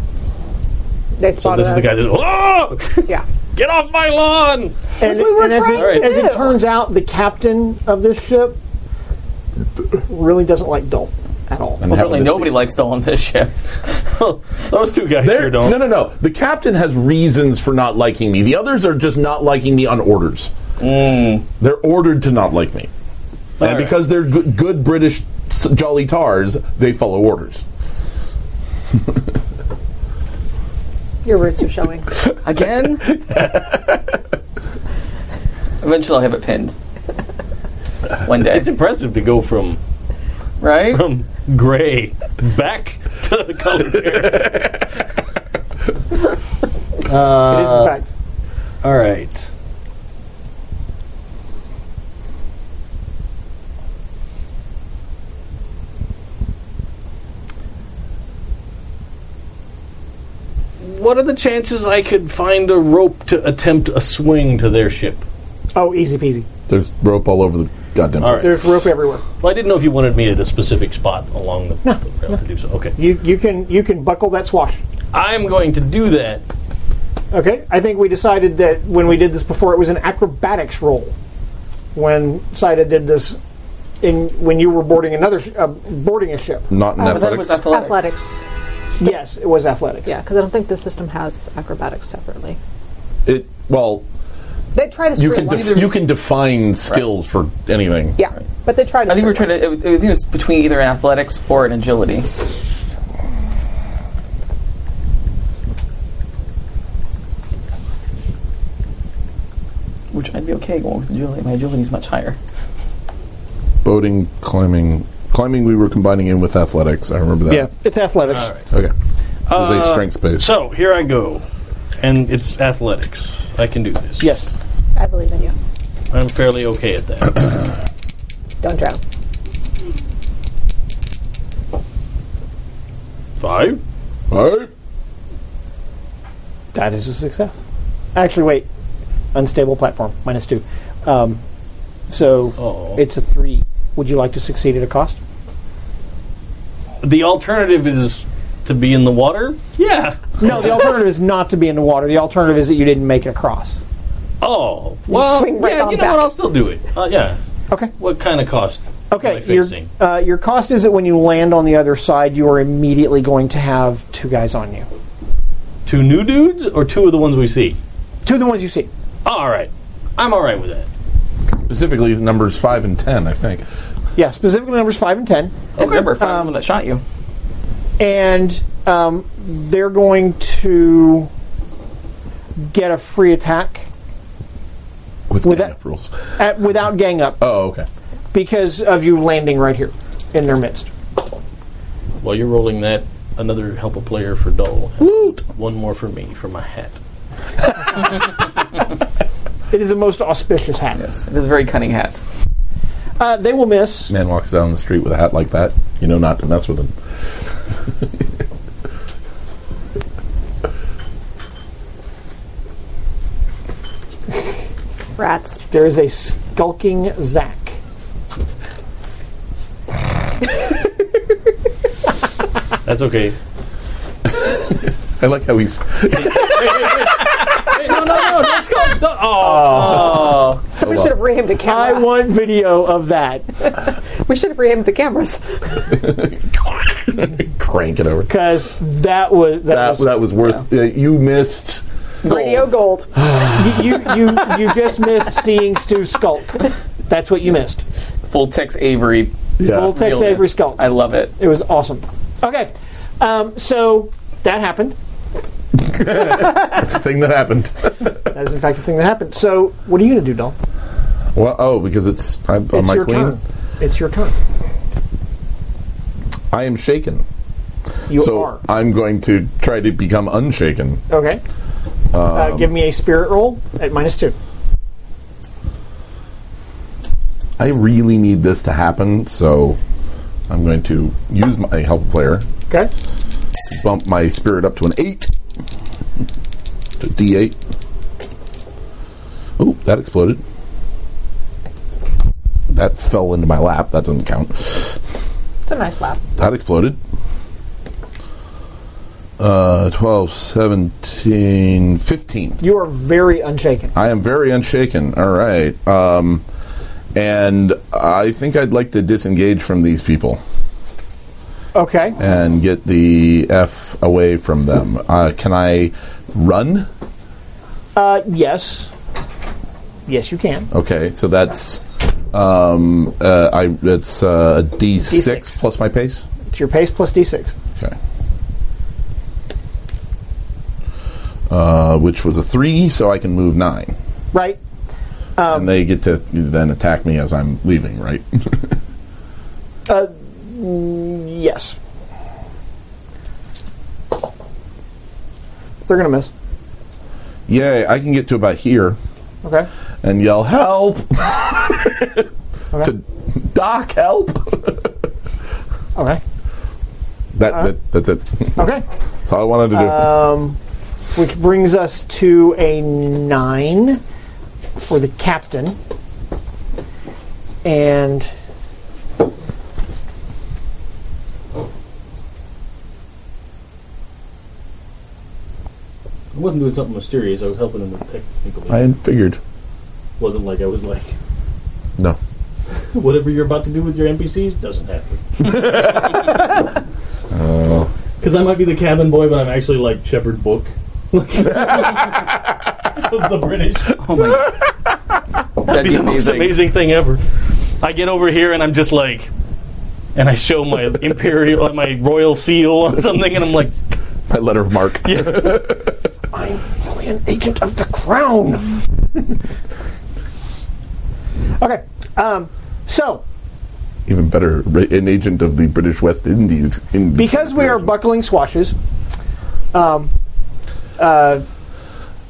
They
so
spotted
this is the guy
us.
that, oh! [laughs]
yeah.
Get off my lawn!
And,
we were
and as,
trying
it,
to
as it
do.
turns out, the captain of this ship really doesn't like Dole at all.
and having
Apparently,
to see-
nobody likes Dole on this ship.
Those two guys
They're-
sure don't.
No, no, no. The captain has reasons for not liking me. The others are just not liking me on orders.
Hmm.
They're ordered to not like me.
All
and
right.
because they're good, good British s- jolly tars, they follow orders.
Your roots are showing.
Again? [laughs] Eventually, I'll have it pinned. One day.
It's impressive to go from
Right?
from gray back [laughs] to the color there.
it is, in fact.
All right. What are the chances I could find a rope to attempt a swing to their ship?
Oh, easy peasy.
There's rope all over the goddamn
All
place.
There's rope everywhere.
Well, I didn't know if you wanted me at a specific spot along the the rail to do so. Okay.
You you can you can buckle that swash.
I'm going to do that.
Okay. I think we decided that when we did this before, it was an acrobatics roll. When Saida did this, in when you were boarding another sh- uh, boarding a ship.
Not in
I thought it Oh, was
athletics.
athletics.
Athletics.
Yes, it was athletics.
Yeah, because I don't think the system has acrobatics separately.
It, well,
They try to
you
straight
can
line.
def- you can define skills for anything.
yeah, but they try to.
I think we're
straight
trying to. It, was- I think it was between either an athletics or an agility. Which I'd be okay going with agility. My agility is much higher.
Boating, climbing, climbing. We were combining in with athletics. I remember that.
Yeah, it's athletics.
Okay. It was a strength based.
So here I go, and it's athletics. I can do this.
Yes.
line. I believe in you.
I'm fairly okay at that. [coughs]
Don't drown.
Five.
All right.
That is a success. Actually, wait. Unstable platform, minus two. Um, so
Oh.
it's a three. Would you like to succeed at a cost?
The alternative is to be in the water. Yeah.
No, the alternative is not to be in the water. The alternative is that you didn't make it across.
Oh. Well.
swing right
yeah.
on
You know
back.
what? I'll still do it. Uh, yeah.
Okay.
What kind of cost? Am I
Okay. Your,
fixing?
uh, your cost is that when you land on the other side, you are immediately going to have two guys on you.
Two new dudes or two of the ones we see? Oh,
Two of the ones you see.
All right. I'm all right with that.
Specifically, numbers five and ten. I think.
Yeah, specifically numbers five and ten.
And remember, if I was the one that shot you.
and um, they're going to get a free attack
With,
With
gang
that-
up rules.
at, without gang up
Oh, okay.
because of you landing right here in their midst.
While you're rolling that, another help a player for Dole. Woot. One more for me for my hat.
It is a most auspicious hat.
Yes, it is very cunning hats.
Uh, they will miss.
Man walks down the street with a hat like that. You know not to mess with him.
Rats.
There is a skulking Zack.
That's okay.
I like how he's. [laughs]
Hey, no, no, no. Let's go. No- oh.
Somebody should have reamed the
Ah.
camera.
I want video of that
we should have reamed the cameras.
Crank it over.
because that was that,
That
was
that was worth. Uh, you missed
Radio gold.
You, you, you, you just missed seeing Stu skulk. That's what you missed.
Full text Avery.
Yeah.
Full text
realness.
Avery skulk.
I love it.
It was awesome. Okay, um, so that happened.
It's the [laughs] thing that happened.
That is, in fact, the thing that happened. So, what are you going to do, Dol?
well, oh, because it's I'm,
It's
my
your
queen.
turn. It's your turn.
I am shaken.
You
so
are.
I'm going to try to become unshaken.
Okay. uh, give me a spirit roll at minus two.
I really need this to happen, so I'm going to use my help player,
Okay.
bump my spirit up to an eight, to D8. Ooh, that exploded. That fell into my lap. That doesn't count.
It's a nice laugh.
That exploded. Uh, 12, 17, 15.
You are very unshaken.
I am very unshaken. All right. Um, and I think I'd like to disengage from these people
Okay.
and get the F away from them. Uh, can I run?
Uh, yes. Yes, you can.
Okay, so that's um, uh, I that's uh, a D6,
D6.
plus my pace.
It's your pace plus d6.
Okay. Uh, which was a three, so I can move nine,
Right.
and they get to then attack me as I'm leaving. Right? [laughs]
Yes. They're going to miss.
Yay! I can get to about here.
Okay.
and yell help [laughs] to doc help
Okay.
that, that that's it [laughs]
Okay.
that's all i wanted to do
Which brings us to a nine for the captain. And
I wasn't doing something mysterious. I was helping him with technical.
i
It
had figured
wasn't like I was like,
no
whatever you're about to do with your NPCs doesn't happen. Because I might be the cabin boy, but I'm actually like Shepherd Book. of the
[laughs]
British.
That'd be
the most
amazing.
amazing thing ever. I get over here and I'm just like, and I show my imperial, uh, my royal seal on something, and I'm like,
my letter of mark
I'm really an agent of the crown. [laughs] okay. Um, so,
even better ra- an agent of the british west indies in
because we are buckling swashes, um, uh,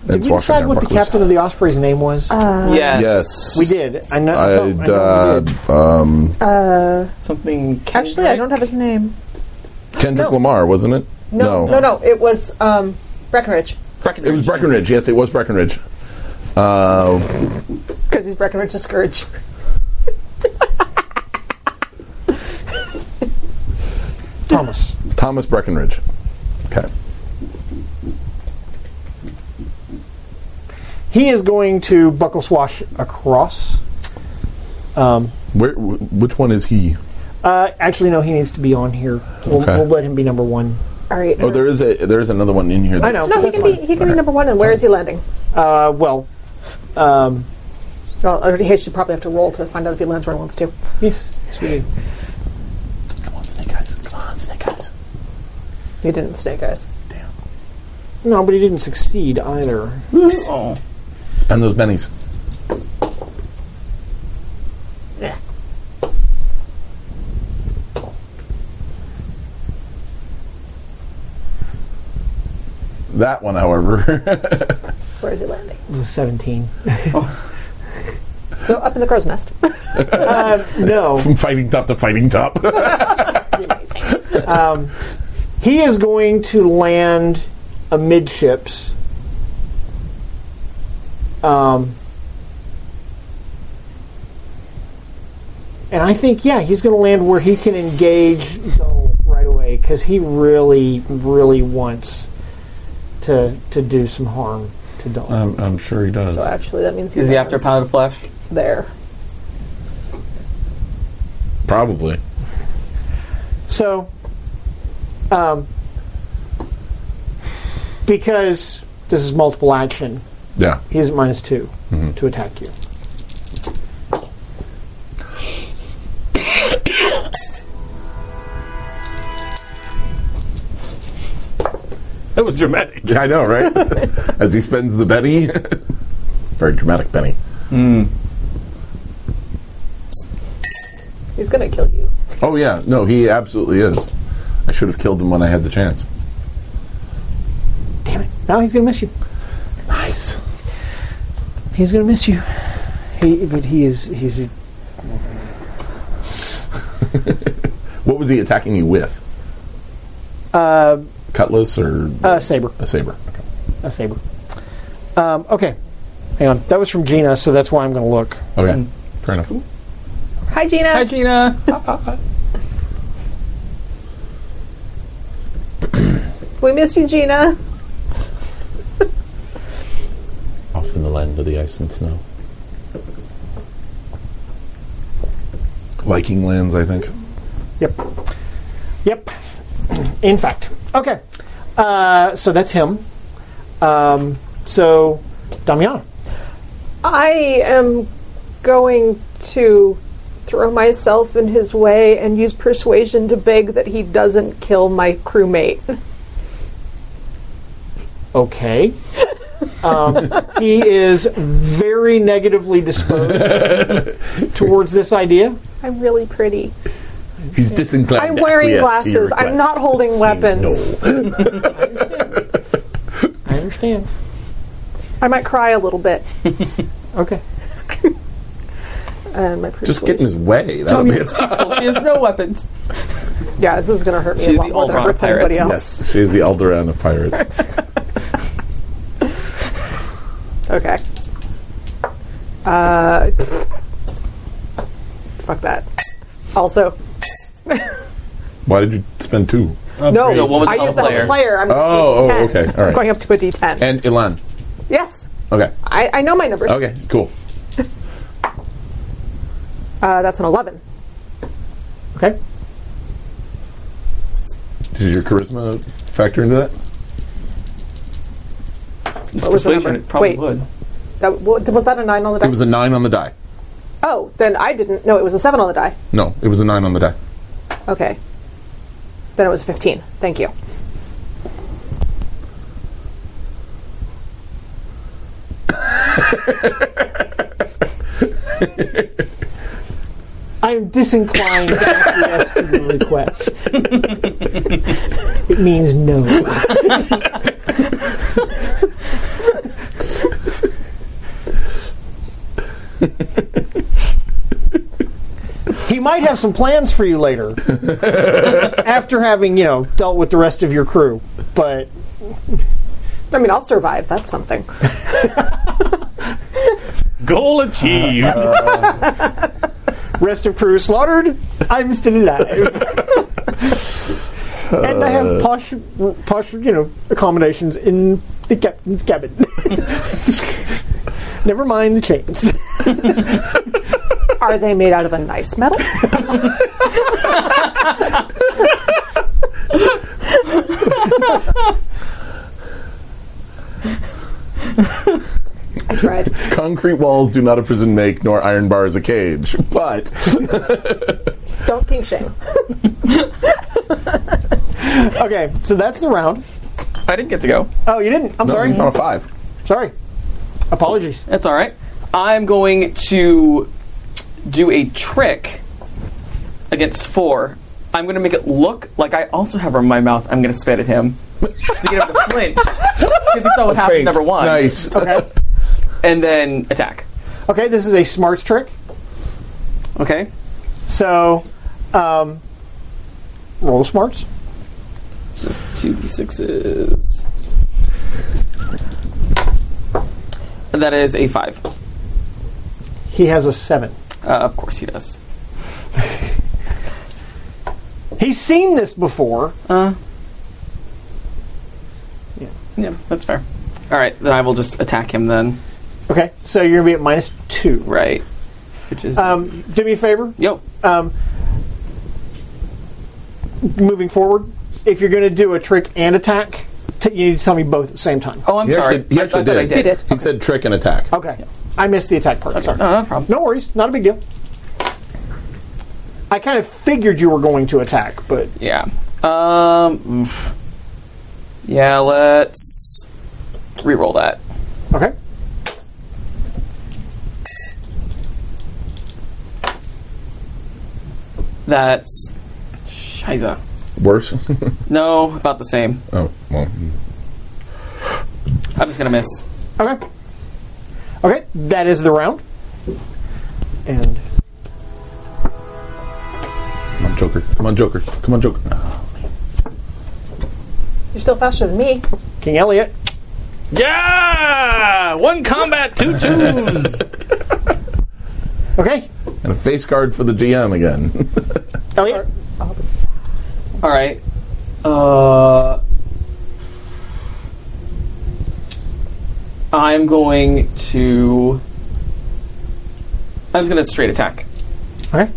did we decide what the captain of the Osprey's name was?
Yes.
yes
we did. I know. I,
I'd,
thought- I know we
uh,
did.
um,
Uh,
Something.
actually, I don't have his name.
Kendrick
no.
Lamar, wasn't it?
No, no, no. It was um, Breckenridge
It was Breckenridge. Yes, it was Breckenridge. Uh,
because he's Breckenridge's scourge.
Thomas.
Thomas Breckenridge. Okay.
He is going to buckle swash across.
Where, wh- which one is he?
Uh, actually, no. He needs to be on here. We'll,
Okay.
we'll let him be number one.
All right.
Oh, there is a there is another one in here.
I
that's-
know.
No, he
That's
can
fine.
be. He can be number one. And where is he landing?
Uh, well, um,
Well, I he should probably have to roll to find out if he lands where he wants to.
yes, yes, we do.
He didn't, Snake Eyes.
No, but he didn't succeed either.
And those bennies. That one, however, [laughs]
Where is he landing?
It was a Seventeen.
So up in the crow's nest.
Um, no.
from fighting top to fighting top. [laughs]
He is going to land amidships. Um, and I think, yeah, he's going to land where he can engage Dole right away because he really, really wants to to do some harm to Dole.
I'm, I'm sure he does.
So actually, that means
Is he after
lands
Pound of Flesh?
there?
Probably.
So, um, because This is multiple action.
Yeah.
He's at minus 2 to attack you.
That was dramatic.
Yeah, I know, [laughs] right? As he spends the Benny. [laughs] Very dramatic Benny.
He's gonna kill you.
Oh, yeah. No, he absolutely is. I should have killed him when I had the chance.
Damn it! Now he's gonna miss you.
Nice.
He's gonna miss you. He, but he is. He's.
What was he attacking you with?
Uh,
Cutlass or
a saber.
a saber?
A saber. Um, okay. Hang on. That was from Gina, so that's why I'm gonna look.
Okay.
Mm.
okay. Fair enough.
Hi, Gina.
Hi, Gina.
[clears throat] We miss you, Gina.
Off in the land of the ice and snow. Viking lands, I think.
Yep. Yep. [clears throat] In fact. Okay. Uh, so that's him. Um, so, Damiana.
I am going to throw myself in his way and use persuasion to beg that he doesn't kill my crewmate.
Okay. Um, he is very negatively disposed towards this idea.
[laughs] I'm really pretty.
He's disinclined.
I'm
to
wearing
acquiesce to your
glasses. I'm
request.
not holding weapons.
No.
I understand.
I might cry a little bit.
Okay.
And Uh, my
Just get in
persuasion-
his way. That'll
Tommy
be
is peaceful. She has no weapons.
[laughs] Yeah, this is going to hurt me
She's
a lot
the
more than
Ultron
it
[laughs]
hurts anybody
pirates.
else.
Yes, she's the Alderaan of
[laughs]
pirates.
Okay. Uh, fuck that. Also,
Why did you spend two?
no,
No, one was
I
the
used the
player.
whole player. I'm
Oh,
going
oh,
to a D10.
okay, all right.
I'm going up to a D10.
And Ilan.
yes,
Okay.
I, I know my numbers.
Okay. Cool.
Uh, that's an 11.
Okay.
Did your charisma factor into that?
It's
was the
persuasion.
number?
It probably
Wait.
would.
That, wa- was that a 9 on the die?
It was a nine on the die.
oh, then I didn't. No, it was a 7 on the die.
No, it was a nine on the die.
Okay. Then it was 15. Thank you.
I am disinclined to acquiesce to the request. it means no. he might have some plans for you later after having, you know, dealt with the rest of your crew, but
I mean, I'll survive. That's something.
Goal achieved.
rest of crew slaughtered, I'm still
[laughs]
alive. and I have
Uh.
posh, posh, you know, accommodations in the captain's
[laughs]
cabin. Never mind the chains.
Are they made out of a nice metal? I tried.
Concrete walls do not a prison make, nor iron bars a cage.
[laughs]
But
Don't kink shame.
Okay, so that's the round.
I didn't get to go.
Oh, you didn't. I'm
no,
sorry.
he's on a five.
Sorry. Apologies.
That's all right. I'm going to do a trick against four. I'm going to make it look like I also have her in my mouth. I'm going to spit at him to get him to flinch because he
[laughs]
saw what happened.
Eight.
Number one,
Nice.
Okay.
and then attack.
Okay, this is a smarts trick.
Okay,
So, um, roll smarts.
it's just two d sixes. That is a five.
He has a seven.
Uh, of course he does.
He's seen this before.
Yeah, that's fair. All right, then I will just attack him then.
Okay, so you're gonna be at minus two.
Right, which is
Um, do me a favor.
yo.
um, moving forward, if you're going to do a trick and attack, t- you need to tell me both at the same time.
Oh, I'm
He
sorry.
actually, he
I
actually
thought that I
did.
did.
did.
He said trick and attack.
Okay. I missed the attack part. I'm sorry.
Oh, No, no problem.
No worries. Not a big deal. I kind of figured you were going to attack, but
Yeah. Um. oof. Yeah. Let's re-roll that.
okay.
That's. Shiza.
Worse. [laughs]
No, about the same.
oh well.
I'm just gonna miss.
Okay. Okay, that is the round. And
Come on, Joker. Come on, Joker. Come on, Joker.
You're still faster than me.
King Elliot.
Yeah! One combat, two twos.
Okay.
And a face guard for the GM again.
Elliot.
All right. Uh. I'm going to. I'm just gonna straight attack.
Okay.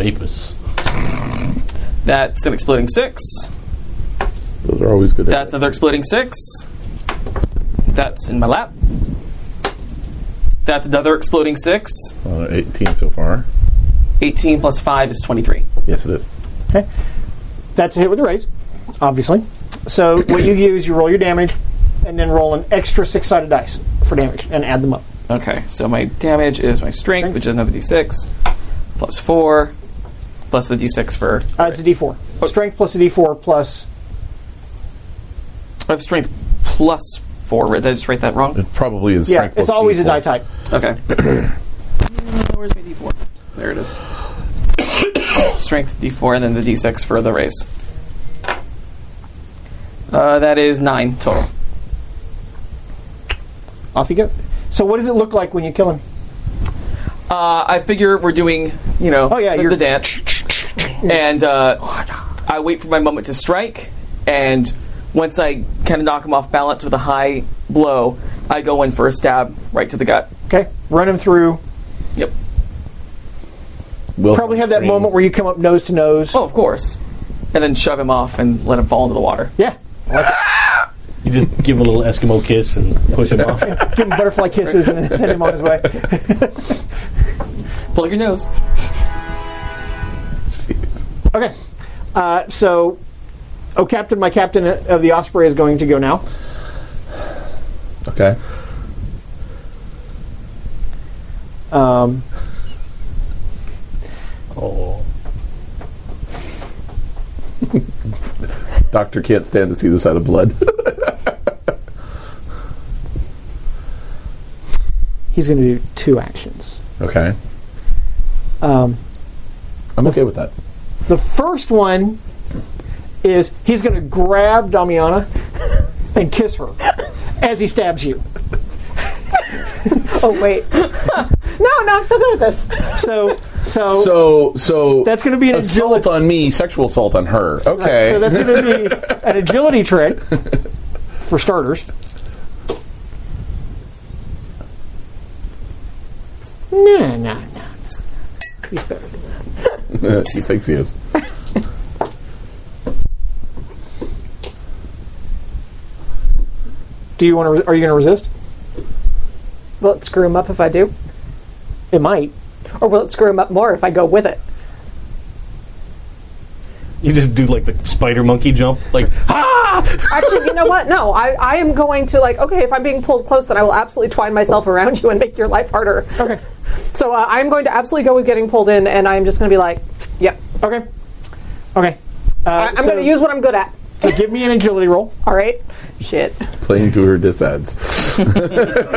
Vapus.
That's an exploding six.
Those are always good.
That's another exploding six. That's in my lap. That's another exploding six.
uh, 18 so far.
18 plus 5 is 23.
Yes, it is.
Okay. That's a hit with a raise, obviously. So what you use, you roll your damage, and then roll an extra six sided dice for damage and add them up.
Okay, so my damage is my strength, which is another d6, plus 4, plus the d6 for.
Uh, it's a D4. Strength plus a D4 plus.
I have strength plus 4. Did I just write that wrong?
It probably is.
Yeah,
strength
it's
plus
always a
D4.
die type.
Okay. Where's my d4? There it is. [coughs] strength d4, and then the d6 for the raise. Uh, that is 9 total.
Off you go. So what does it look like when you kill him?
Uh, I figure we're doing, you know,
Oh, yeah,
the,
you're-
the dance. and uh, I wait for my moment to strike, and once I kind of knock him off balance with a high blow, I go in for a stab right to the gut.
Okay. Run him through.
Yep.
Will
Probably have that moment where you come up nose to nose.
Oh, of course. And then shove him off and let him fall into the water.
Yeah.
You just give him a little Eskimo kiss and push him off.
[laughs] Give him butterfly kisses and then send him on his way. [laughs]
Plug your nose.
Okay. Uh, so, oh, Captain, my captain of the Osprey is going to go now.
Okay.
Um,
Oh.
Doctor can't stand to see the sight of blood. [laughs]
he's going to do two actions.
okay.
Um,
I'm okay with that.
the first one is he's going to grab Damiana and kiss her as he stabs you.
Oh wait. no, no, I'm so good at this.
So, so,
So, so
Oh. that's going to be an
assault
agility.
on me, sexual assault on her. Okay.
So that's going to be an agility trick for starters. No, no, no. He's better. than that.
[laughs] he thinks he is.
Do you want to? Re- are you going to resist?
Will it screw him up if I do?
It might.
Or will it screw him up more if I go with it?
You just do like the spider monkey jump. Like,
Actually, you know what? No, I, I am going to like, okay, if I'm being pulled close, then I will absolutely twine myself around you and make your life harder.
Okay.
So uh, I'm going to absolutely go with getting pulled in, and I'm just going to be like, yep.
Okay. Okay. Uh,
I, I'm going to use what I'm good at.
So give me an agility roll.
All right? Shit.
Playing to her disads.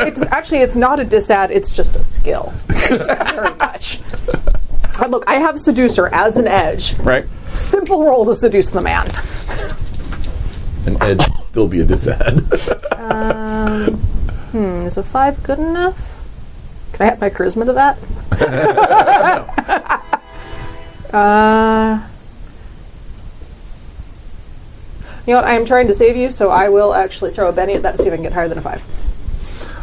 It's actually it's not a disad. It's just a skill. Very much. Uh, Look, I have seducer as an edge.
Right?
Simple roll to seduce the man.
And Ed can still be a disad. [laughs]
Is a five good enough? Can I add my charisma to that? uh, you know what? I am trying to save you, so I will actually throw a Benny at that to see if I can get higher than a five.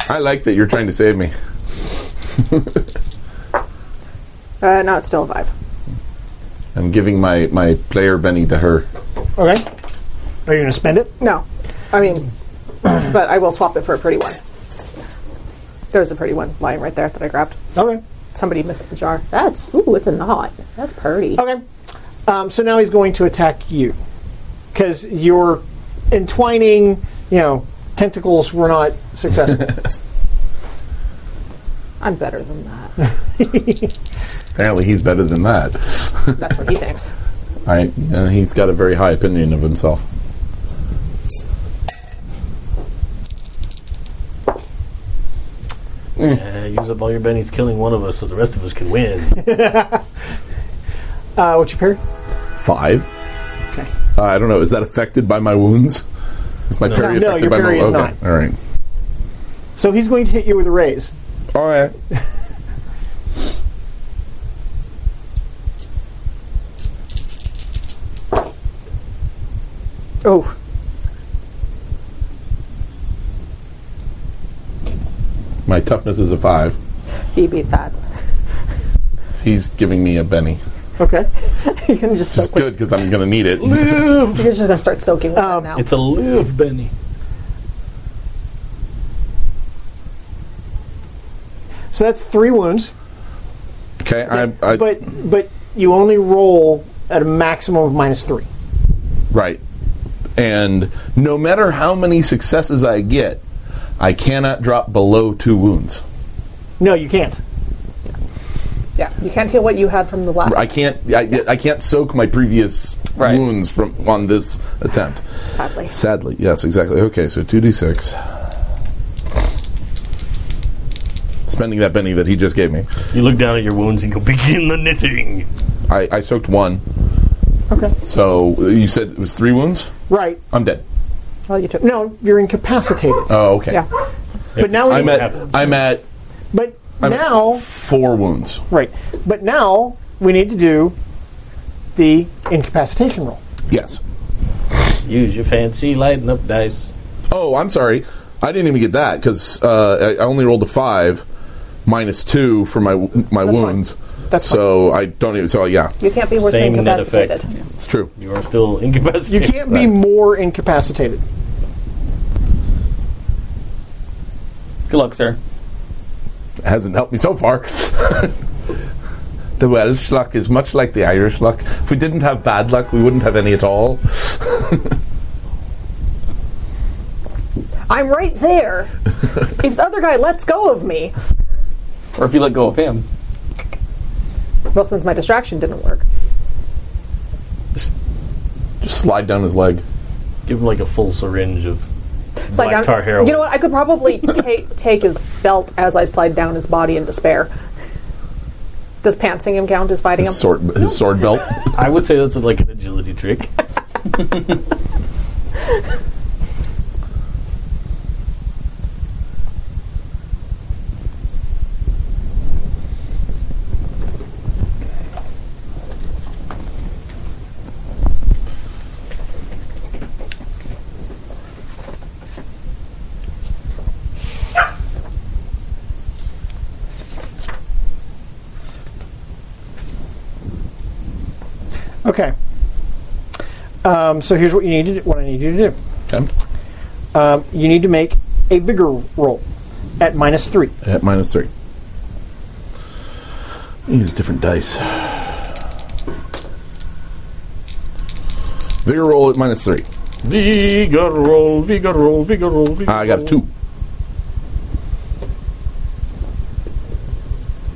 I like that you're trying to save me.
Uh, no, it's still a five.
I'm giving my my player Benny to her.
Okay. Are you going to spend it?
No, I
[coughs]
mean, but I will swap it for a pretty one. There's a pretty one lying right there that I grabbed.
Okay.
Somebody missed the jar. That's ooh, it's a knot. That's pretty.
Okay. Um, so now he's going to attack you because your entwining, you know, tentacles were not successful.
I'm better than that.
Apparently, he's better than that. [laughs]
That's what he thinks.
I, uh, he's got a very high opinion of himself.
Uh, use up all your bennies killing one of us so the rest of us can win.
uh, what's your parry?
Five.
Okay.
Uh, I don't know. Is that affected by my wounds? Is my parry
No,
affected
your
by
parry
my
is
wounds?
not.
All right.
So he's going to hit you with a raise.
All right.
Oh,
My toughness is a five.
he beat that.
He's giving me a Benny.
Okay. [laughs]
You're gonna just
It's
soak.
good because I'm going to need it.
live!
You're just gonna start soaking with
Um,
that now.
[laughs] It's a live, Benny.
So that's three wounds,
Okay. I, I,
but but you only roll at a maximum of minus three.
right. And no matter how many successes I get, I cannot drop below two wounds.
No, you can't.
Yeah, you can't heal what you had from the last.
I can't. I, I can't soak my previous
Right.
wounds from on this attempt.
Sadly,
Sadly, yes, exactly. Okay, so two d six. Spending that penny that he just gave me,
You look down at your wounds and go, begin the knitting!
I, I soaked one.
Okay.
So uh, you said it was three wounds.
Right.
I'm dead.
well, you took.
No, you're incapacitated.
Oh, okay.
Yeah,
But now,
I'm
he,
at. I'm at
but
I'm at
now,
four wounds.
right. But now we need to do the incapacitation roll.
Yes.
Use your fancy lighting up dice.
Oh, I'm sorry. I didn't even get that because uh, I, I only rolled a five, minus two for my my
That's fine.
wounds.
That's fine.
so I don't even. So yeah,
you can't be worse than
Same net effect.
incapacitated.
it's true.
You are still
You
incapacitated.
can't be more incapacitated.
Good luck, sir.
It hasn't helped me so far. [laughs] the Welsh luck is much like the Irish luck. If we didn't have bad luck, we wouldn't have any at all. [laughs]
I'm right
[laughs]
there. if the other guy lets go of me,
Or if you let go of him.
well, since my distraction didn't work,
Just slide down his leg.
Give him like a full syringe of
it's
black
I'm-
tar heroin.
You know what? I
[laughs]
could probably take take his belt as I slide down his body in despair. Does pantsing him count as fighting him?
His sword, his sword
[laughs]
belt.
I would say that's like an agility trick.
Okay. Um, so here's what you need to do, what I need you to do.
Okay.
Um, you need to make a vigor roll at minus three.
At minus three. Use different dice. Vigor roll at minus three.
[laughs] Vigor roll, vigor roll, vigor roll, vigor
Ah, I got a two.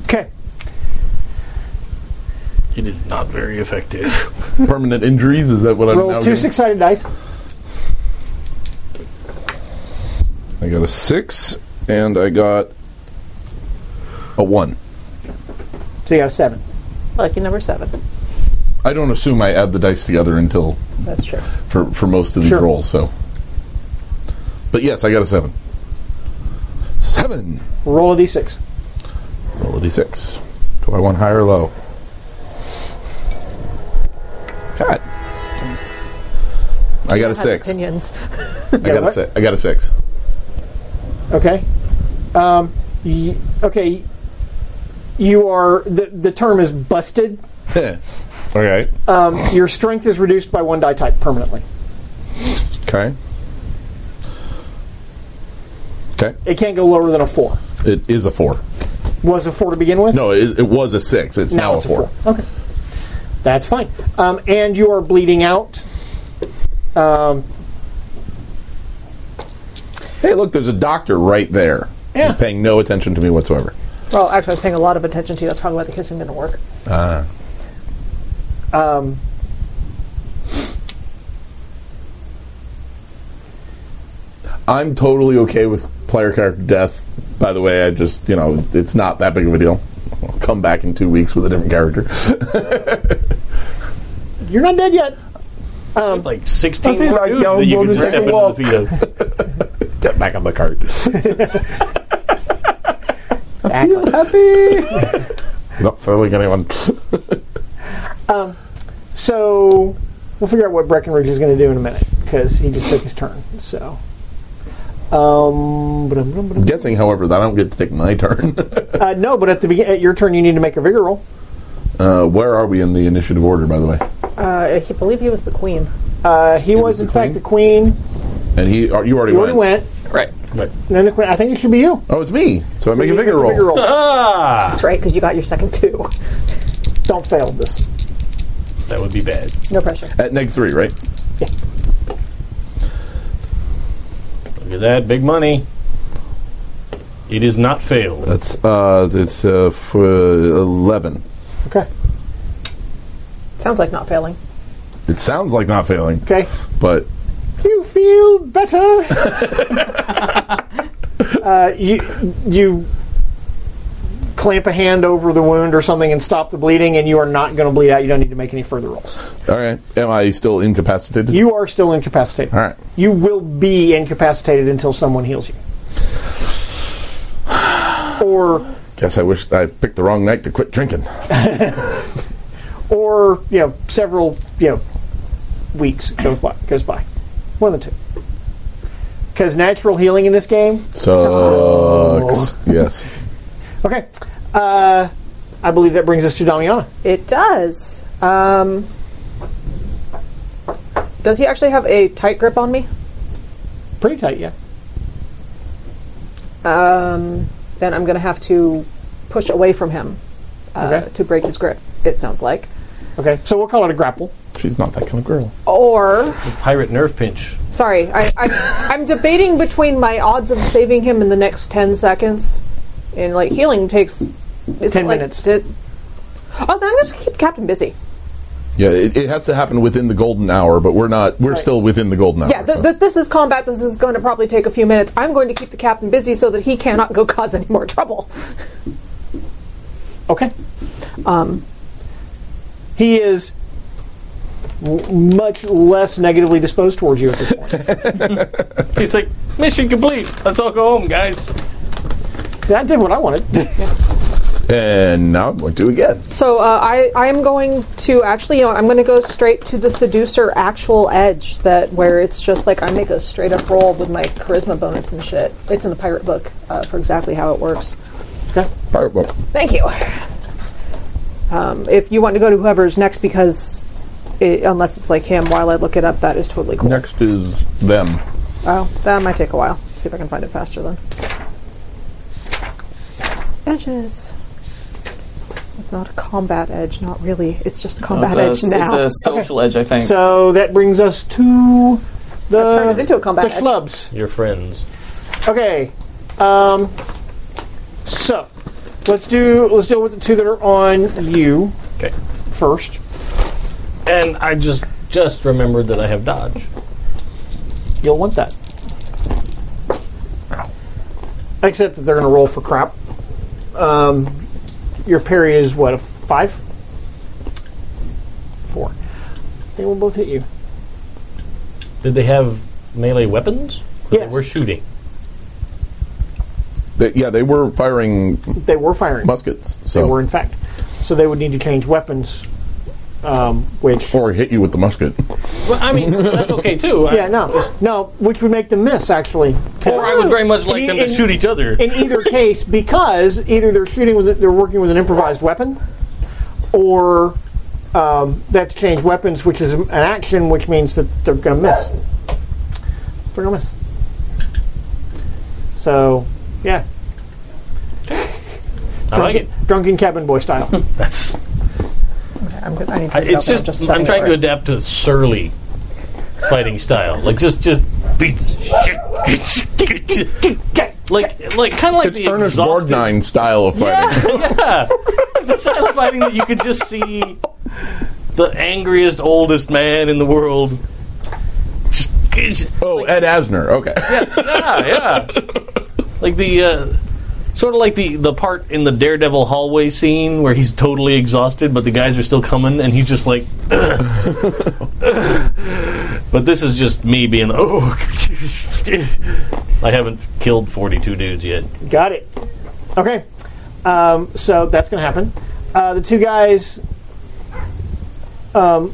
Okay.
It is not very effective.
Permanent injuries? Is that what I'm now
Roll two
getting?
six-sided dice.
I got a six, and I got a one.
So you got a seven.
Lucky number seven.
I don't assume I add the dice together until
That's true.
for, for most of these
Sure.
rolls. So, but yes, I got a seven. Seven.
Roll a d6.
Roll a d6. Do I want high or low? God. I got a
Has
six. I
Opinions.
got a
what?
six. I got a six.
Okay. Um, y- okay. You are the the term is busted.
All right.
Um, your strength is reduced by one die type permanently.
Okay. Okay.
It can't go lower than a four.
It is a four.
Was a four to begin with?
No, it, it was a six. It's now,
it's Okay, that's fine. Um, and you are bleeding out. Um,
Hey, look, there's a doctor right there.
Yeah.
He's paying no attention to me whatsoever.
Well, actually, I was paying a lot of attention to you. That's probably why the kissing didn't work.
I'm totally okay with player character death. By the way, I just, you know, it's not that big of a deal. I'll come back in two weeks with a different character. [laughs]
you're not dead yet.
Um,
There's like 16
I feel
more
like
dudes
y'all
that you
wanna
can just
take a
step into the
walk.
feet
[laughs]
of.
Get back on the cart. [laughs]
Exactly.
not fooling anyone.
So we'll figure out what Breckenridge is going to do in a minute because he just took his turn. So. Um, ba-dum, ba-dum, ba-dum.
Guessing, however, that I don't get to take my turn. [laughs]
uh, no, but at the begin- at your turn, you need to make a vigor roll.
Uh, where are we in the initiative order, by the way?
Uh, I believe he was the queen.
Uh, he was,
was the
in fact, the queen.
And he, are, you already
You
went.
already went.
Right.
And then the queen. I think it should be you.
Oh, it's me. So I make
You
a vigor roll.
vigor roll.
Ah!
That's right, because you got your second two.
Don't fail this.
That would be bad.
[laughs] No pressure.
At neg three, right?
Look at that, big money. It is not failed.
That's uh, it's uh, f- uh, eleven.
Okay.
Sounds like not failing.
It sounds like not failing,
Okay.
but
You feel
[laughs]
better. uh, you you clamp a hand over the wound or something and stop the bleeding, and you are not going to bleed out. You don't need to make any further rolls.
all right. Am I still incapacitated?
You are still incapacitated.
all right.
You will be incapacitated until someone heals you. [sighs] Or
Guess I wish I picked the wrong night to quit drinking.
or you know several you know weeks goes by goes by one of the two because natural healing in this game
Sucks. yes.
okay uh, i believe that brings us to damiana
It does. Um, does he actually have a tight grip on me?
pretty tight yeah
Um, then I'm going to have to push away from him uh,
Okay.
to break his grip, it sounds like.
okay so we'll call it a grapple
She's not that kind of girl.
Or,
Pirate nerve pinch.
sorry, I, I, I'm debating between my odds of saving him in the next 10 seconds. And, like, healing takes. is
10
it, like,
minutes.
di- oh, then I'm just gonna keep Captain busy.
Yeah, it, it has to happen within the golden hour, but we're not. We're still within the golden hour.
Oh,
Yeah, th-
so-
th- this is combat. This is going to probably take a few minutes. I'm going to keep the captain busy so that he cannot go [laughs] cause any more trouble.
okay
Um,
he is w- much less negatively disposed towards you at this
[laughs]
point
He's like, mission complete. Let's all go home, guys.
See, i did what i wanted
and now I'm going to again.
so uh, I I am going to actually you know, I'm going to go straight to the seducer actual edge that where it's just like I make a straight up roll with my charisma bonus and shit. It's in the pirate book uh, for exactly how it works.
Pirate book.
Thank you. Um, if you want to go to whoever's next, because it, unless it's like him, while I look it up, that is totally cool.
Next is them.
Oh, that might take a while. See if I can find it faster then. Edges. It's not a combat edge, not really. It's just a
No,
combat
it's, a,
edge
it's
now.
a social edge, I think.
so that brings us to
I've turned it
the
into a combat
the
edge.
schlubs
Your friends.
Okay. Um, so let's do let's deal with the two that are on you
Okay.
first.
And I just just remembered that I have dodge.
You'll want that. Except that they're going to roll for crap. Um, your parry is what a five, four. They will both hit you.
Did they have melee weapons? Or
Yes.
They were shooting.
They, yeah, they were firing
They were firing.
muskets.
They
So
were in fact. So they would need to change weapons, um, which
or hit you with the musket.
Well, I mean, that's okay too. I-
yeah no no which would make them miss actually.
Or I would very much like them to
And-
shoot each other.
in either case because either they're shooting with they're working with an improvised weapon or um, they have to change weapons which is an action which means that they're going to miss They're gonna miss. So, yeah,
I like it.
drunken cabin boy style.
That's.
I'm good. I need to
I,
figure
it's
out what
just.
I'm,
I'm trying to
words.
adapt to surly fighting style. Like just just beat [laughs] like like kind of like
It's
the
Ernest
exhausted
Borgnine style of fighting.
yeah. The silent fighting that you could just see the angriest, oldest man in the world. Just,
Oh, Ed Asner. Okay.
yeah, yeah. Like the, uh, sort of like the, the part in the Daredevil hallway scene where he's totally exhausted, but the guys are still coming, and he's just like, but this is just me being, oh, [laughs] I haven't killed 42 dudes yet.
Got it. Okay. Um, so that's going to happen. Uh, the two guys um,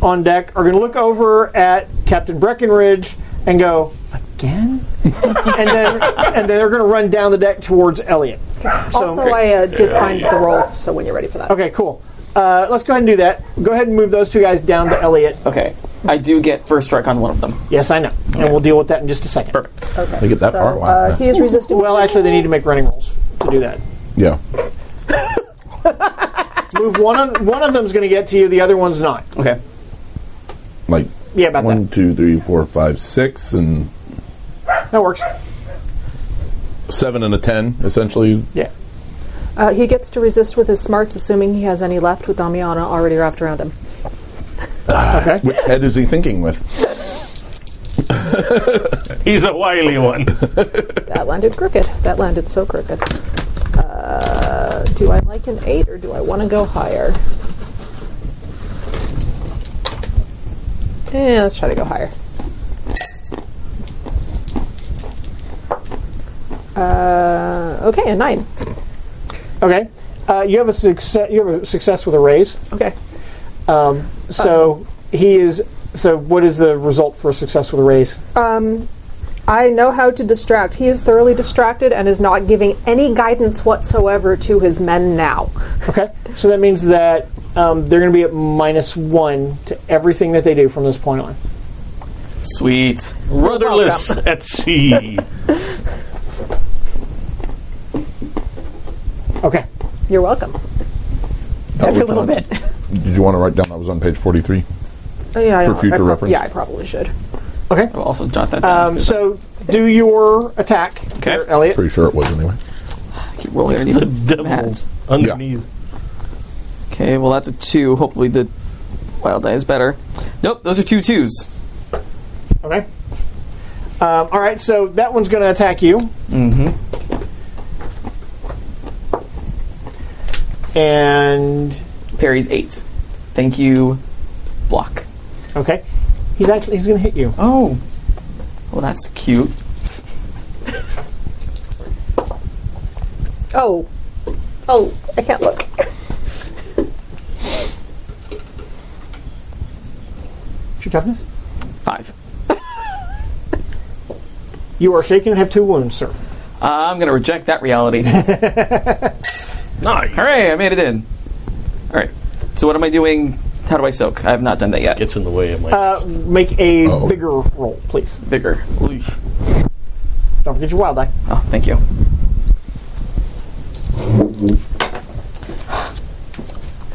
on deck are going to look over at Captain Breckenridge and go, again? and then and then they're going to run down the deck towards Elliot. So,
Also, I uh, did find the roll, so when you're ready for that.
okay, cool. Uh, let's go ahead and do that. Go ahead and move those two guys down to Elliot.
Okay. I do get first strike on one of them.
Yes, I know. And we'll deal with that in just a second. Perfect.
They get that
So,
part. Wow.
uh, he is resisting.
Well, actually, they need to make running rolls to do that.
yeah.
Move one of, one of them's going to get to you, the other one's not.
Okay.
Like
Yeah, about
one, two, three, four, five, six, and
that. That works.
seven and a ten, essentially.
Yeah.
Uh, he gets to resist with his smarts, assuming he has any left, with Damiana already wrapped around him.
Okay.
Which head is he thinking with?
He's a wily one.
That landed crooked. That landed so crooked. Uh, do I like an eight or do I want to go higher? Yeah, Eh, let's try to go higher. Uh, okay, a nine.
Okay. Uh, you have a success. You have a success with a raise.
Okay.
So he is. So what is the result for a success with a raise?
I know how to distract. He is thoroughly distracted and is not giving any guidance whatsoever to his men now.
Okay. So that means that um, they're going to be at minus one to everything that they do from this point on.
Sweet.
Rudderless at sea.
Okay.
You're welcome.
Every
little bit.
Did you want to write down that was on page forty-three?
Oh, yeah, I
For
don't- I
future
prob-
reference.
Yeah, I probably should.
Okay.
I'll also jot that down.
Um, so do your attack,
Okay.
there, Elliot.
Pretty sure it was anyway.
Keep rolling underneath
the
the
devil
pads.
underneath.
Okay, well that's a two. Hopefully the wild die is better. Nope, those are two twos.
Okay. Um, all right. So that one's going to attack you. Mm-hmm. And
Parry's eight. Thank you. Block.
okay, he's actually he's going to hit you.
Oh. Well that's cute.
Oh. Oh, I can't look.
What's your toughness?
Five.
You are shaken and have two wounds, sir.
Uh, I'm gonna reject that reality.
Nice.
Hooray, I made it in. Alright. So what am I doing? How do I soak? I have not done that yet.
Gets in the way of my.
Uh, make a
Oh.
bigger roll, please.
bigger.
Don't forget your wild die.
Oh, thank you.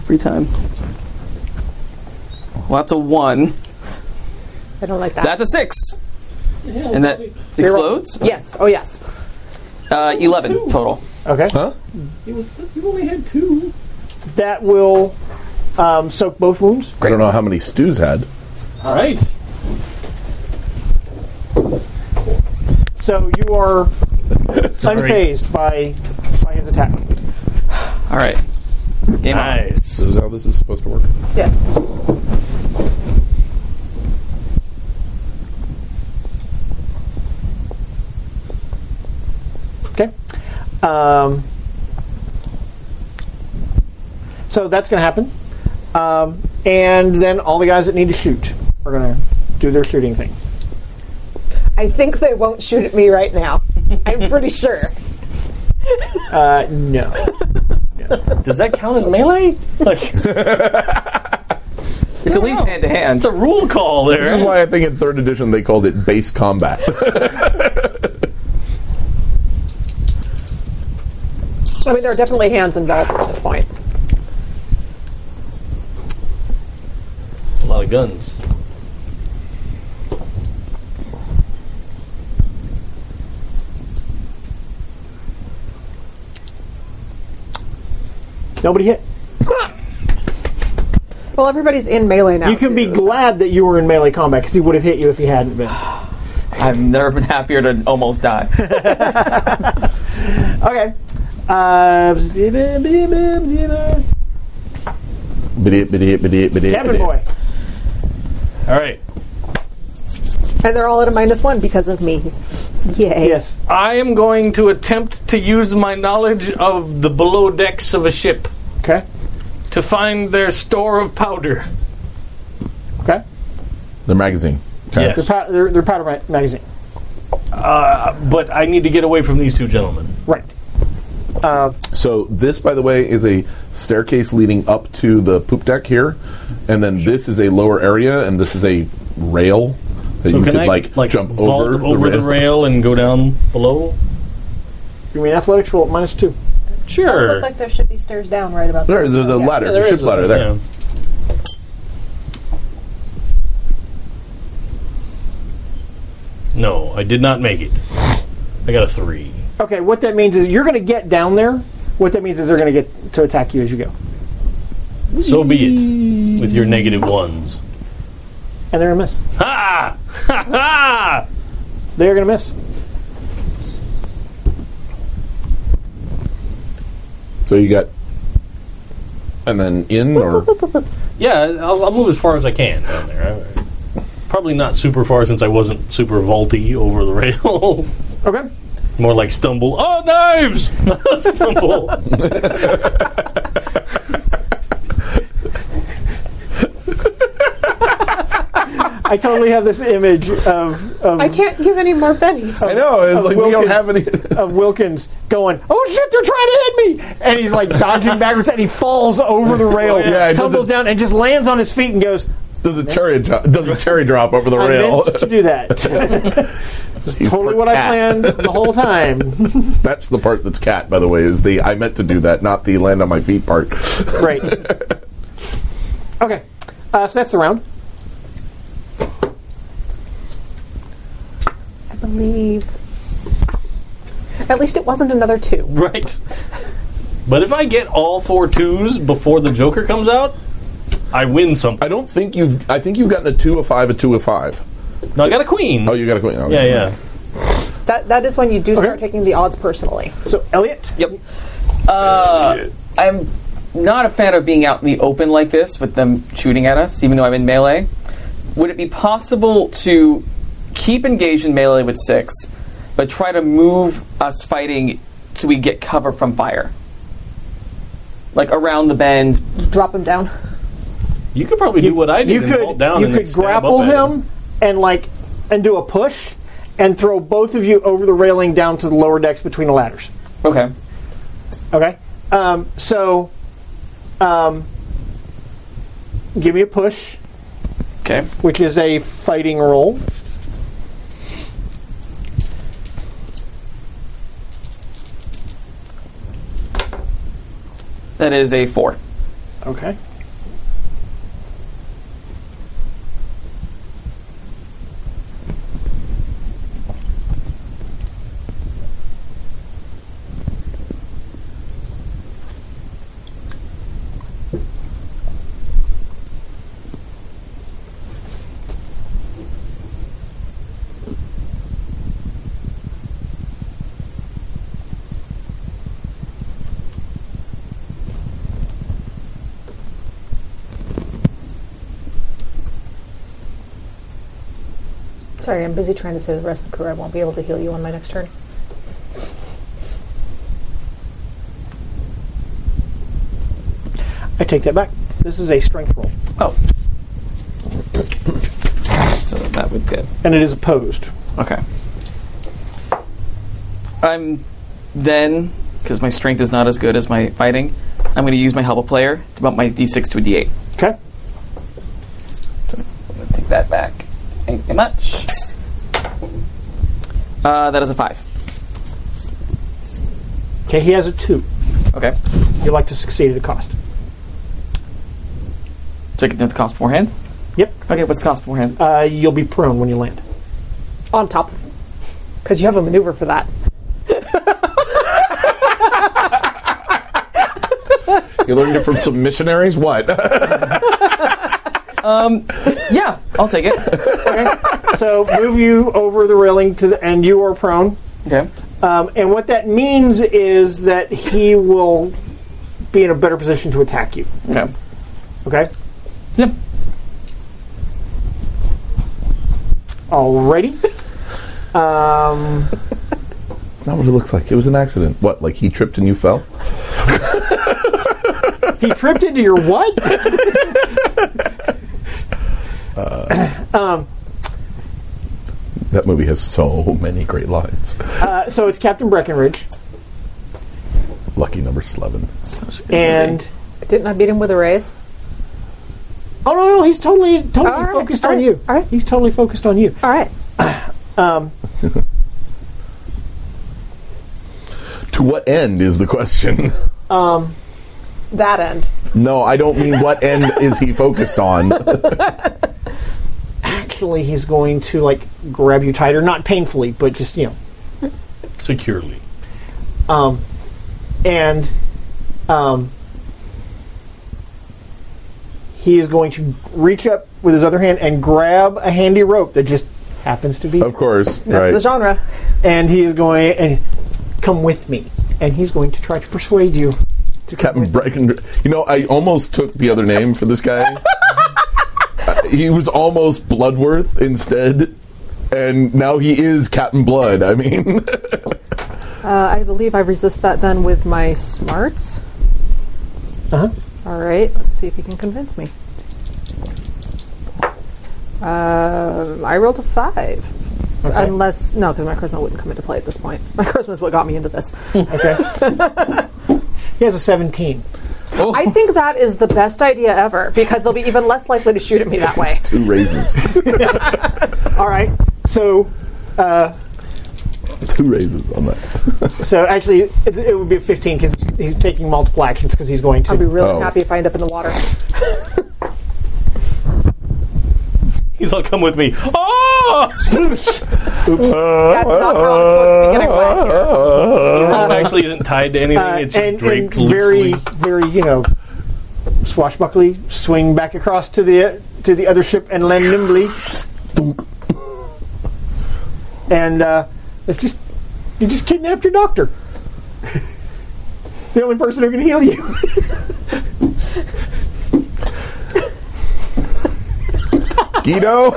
Every time. Well, that's a one.
I don't like that.
That's a six. and that explodes.
yes. Oh, yes.
Uh, Eleven total.
Okay.
Huh?
You only had two.
That will um, soak both wounds.
I don't know how many stews had.
All right.
So you are unfazed by by his attack.
All right. Game on.
Nice.
This is how this is supposed to work.
Yes.
Okay. Um, so that's going to happen. Um, and then all the guys that need to shoot are going to do their shooting thing.
I think they won't shoot at me right now. I'm pretty sure.
Uh, no.
[laughs]
Does that count as melee? Like,
It's at least hand to hand.
It's a rule call
This is
there.
why I think in third edition they called it base combat. [laughs]
I mean, there are definitely hands involved at this point.
A lot of guns.
Nobody hit.
Well, everybody's in melee now.
You can be
too.
glad that you were in melee combat because he would have hit you if he hadn't been.
I've never been happier to almost die.
Okay. Uh,
Bidiot, bidiot, bidiot, bidiot,
Cabin
bidiot.
boy.
All right.
and they're all at a minus one because of me. Yay!
Yes.
I am going to attempt to use my knowledge of the below decks of a ship
Okay.
to find their store of powder.
Okay.
The magazine. Okay.
Yes.
They're, pow- they're, they're powder ma- magazine.
But I need to get away from these two gentlemen.
Right.
So this, by the way, is a staircase leading up to the poop deck here, and then this is a lower area, and this is a rail that you
can
could
I
like, jump
vault
over,
over, the, rail and go down below?
You mean athletics roll at minus two.
Does
Sure.
look like there should be stairs down right about
There, there's a
Yeah.
ladder,
Yeah,
the
there
ship
is a-
ladder there.
yeah. No, I did not make it. I got a three.
Okay, what that means is you're going to get down there. What that means is they're going to get to attack you as you go.
So be it. With your negative ones.
And they're going to miss.
Ha! Ha ha!
They're going to miss.
So you got, and then in or
Yeah, I'll, I'll move as far as I can down there. All right. Probably not super far since I wasn't super vaulty over the rail. [laughs]
Okay.
More like stumble. Oh, knives! [laughs] stumble.
I totally have this image of of,
I can't give any more pennies.
I know it's like we don't
Wilkins.
have any.
of Wilkins going, "Oh shit, they're trying to hit me!" And he's like
[laughs]
dodging backwards, and he falls over the rail,
yeah, he does
tumbles
it-
down, and just lands on his feet and goes,
Does a cherry drop? Does a cherry drop over the
"I
rail?
meant to do that."
[laughs] He's
totally
part
what I
cat.
planned the whole
[laughs]
time.
That's the part that's cat, by the way. Is the I meant to do that, not the land on my feet part.
Great. Okay, uh, so that's the round.
I believe. At least it wasn't another two.
Right. But if I get all four twos before the Joker comes out, I win
I
something.
don't think you've. I think you've gotten a two, a five, a two, a five.
No, I got a queen.
Oh, you got a queen. Okay.
yeah, yeah.
That that is when you do start
Okay.
taking the odds personally.
So Elliot,
Yep. Uh, I'm not a fan of being out in the open like this with them shooting at us, even though I'm in melee. Would it be possible to keep engaged in melee with six, but try to move us fighting so we get cover from fire? Like around the bend.
Drop them down.
You could probably do what I did
you
and vault
could
down
you
and then
could
stab
grapple
up at
him and like and do a push and throw both of you over the railing down to the lower decks between the ladders.
Okay.
Okay. Um, so, um, give me a push,
Okay.
which is a fighting roll.
That is a four.
Okay.
Sorry, I'm busy trying to say the rest of the crew. I won't be able to heal you on my next turn.
I take that back. This is a strength roll,
Oh. so that would get.
and it is opposed.
Okay. I'm then, because my strength is not as good as my fighting, I'm going to use my help a player to bump my d6 to a d8.
Okay.
Thank you much. Uh, that is a five.
Okay, he has a two.
Okay.
You like to succeed at a cost.
So I can do the cost beforehand?
Yep.
Okay, what's the cost beforehand?
Uh, you'll be prone when you land.
on top of because you have a maneuver for that.
You learned it from some missionaries? What? [laughs]
yeah, I'll take it.
So move you over the railing to the, and you are prone.
Okay.
Um, and what that means is that he will be in a better position to attack you.
Okay.
Okay.
Yep.
Alrighty. Um,
Not what it looks like. It was an accident. What? Like he tripped and you fell?
he tripped into your what? um,
That movie has so many great lines.
uh, so it's Captain Breckenridge,
Lucky number eleven.
and
Didn't I beat him with a raise?
oh no, no, he's totally totally
All right,
focused
all
on
right,
you.
all right.
He's totally focused on you.
All right.
To what end is the question? [laughs]
That end.
No, I don't mean what end is he focused on.
Actually, he's going to like grab you tighter, not painfully, but just you know.
securely. [laughs]
Um, and um, he is going to reach up with his other hand and grab a handy rope that just happens to be,
Of course,
That's
right?
the genre.
and he is going and come with me, and he's going to try to persuade you to come
Captain
with
Breckenridge. You know, I almost took the other name for this [laughs] guy. Uh, he was almost Bloodworth instead, and now he is Captain Blood. I mean,
Uh, I believe I resist that then with my smarts.
Uh-huh.
All right. Let's see if you can convince me. Um, I rolled a five. Unless no, because my charisma wouldn't come into play at this point. My [laughs] charisma is what got me into this.
Okay. he has a 17.
I think that is the best idea ever because they'll be even less likely to shoot at me that way.
[laughs] two raises,
All right. So,
[laughs] two raises on that.
so actually, it, it would be a 15 because he's taking multiple actions because he's going
I'll be
to.
really
Oh.
happy if I end up in the water.
He's all come with me.
[laughs]
Oh!
That's not how I'm supposed to be getting wet.
[laughs] Uh,
Uh,
it actually isn't tied to anything.
Uh,
it's just
and, and
draped
very,
loosely.
very, you know, swashbuckly, swing back across to the to the other ship and land nimbly. and uh, they've just you just kidnapped your doctor. [laughs] the only person who can heal you.
[laughs] Guido,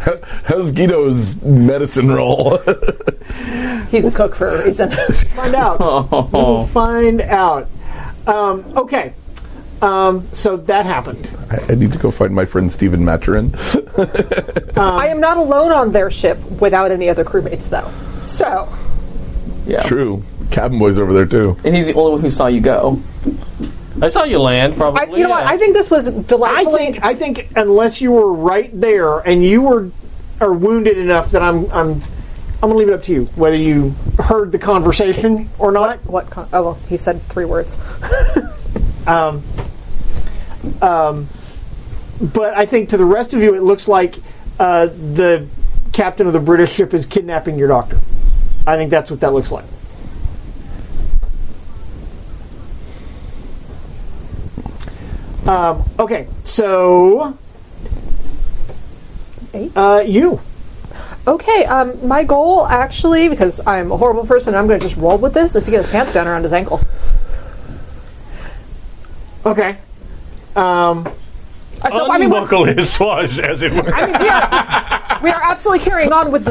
how's, how's Guido's medicine roll?
He's a cook for a reason.
find out. We'll find out. Um, okay. Um, so that happened.
[laughs] I, I need to go find my friend Stephen Maturin.
[laughs] I am not alone on their ship without any other crewmates, though. So
Yeah.
True, Cabin Boy's over there too.
And he's the only one who saw you go.
I saw you land, probably.
I, you know what?
yeah.
I think this was
I
delightfully.
think I think unless you were right there and you were are wounded enough that I'm I'm I'm gonna leave it up to you whether you heard the conversation or not.
what? Con- oh well, he said three words.
But I think to the rest of you, it looks like uh, the captain of the British ship is kidnapping your doctor. I think that's what that looks like. Um, okay, so
Eight?
uh, you.
Okay, um, my goal actually, because I'm a horrible person, I'm going to just roll with this, is to get his pants down around his ankles.
Okay.
Uh, So I mean, we're-
Unbuckle his swatch, as it were.
I mean, we are, we are absolutely carrying on with the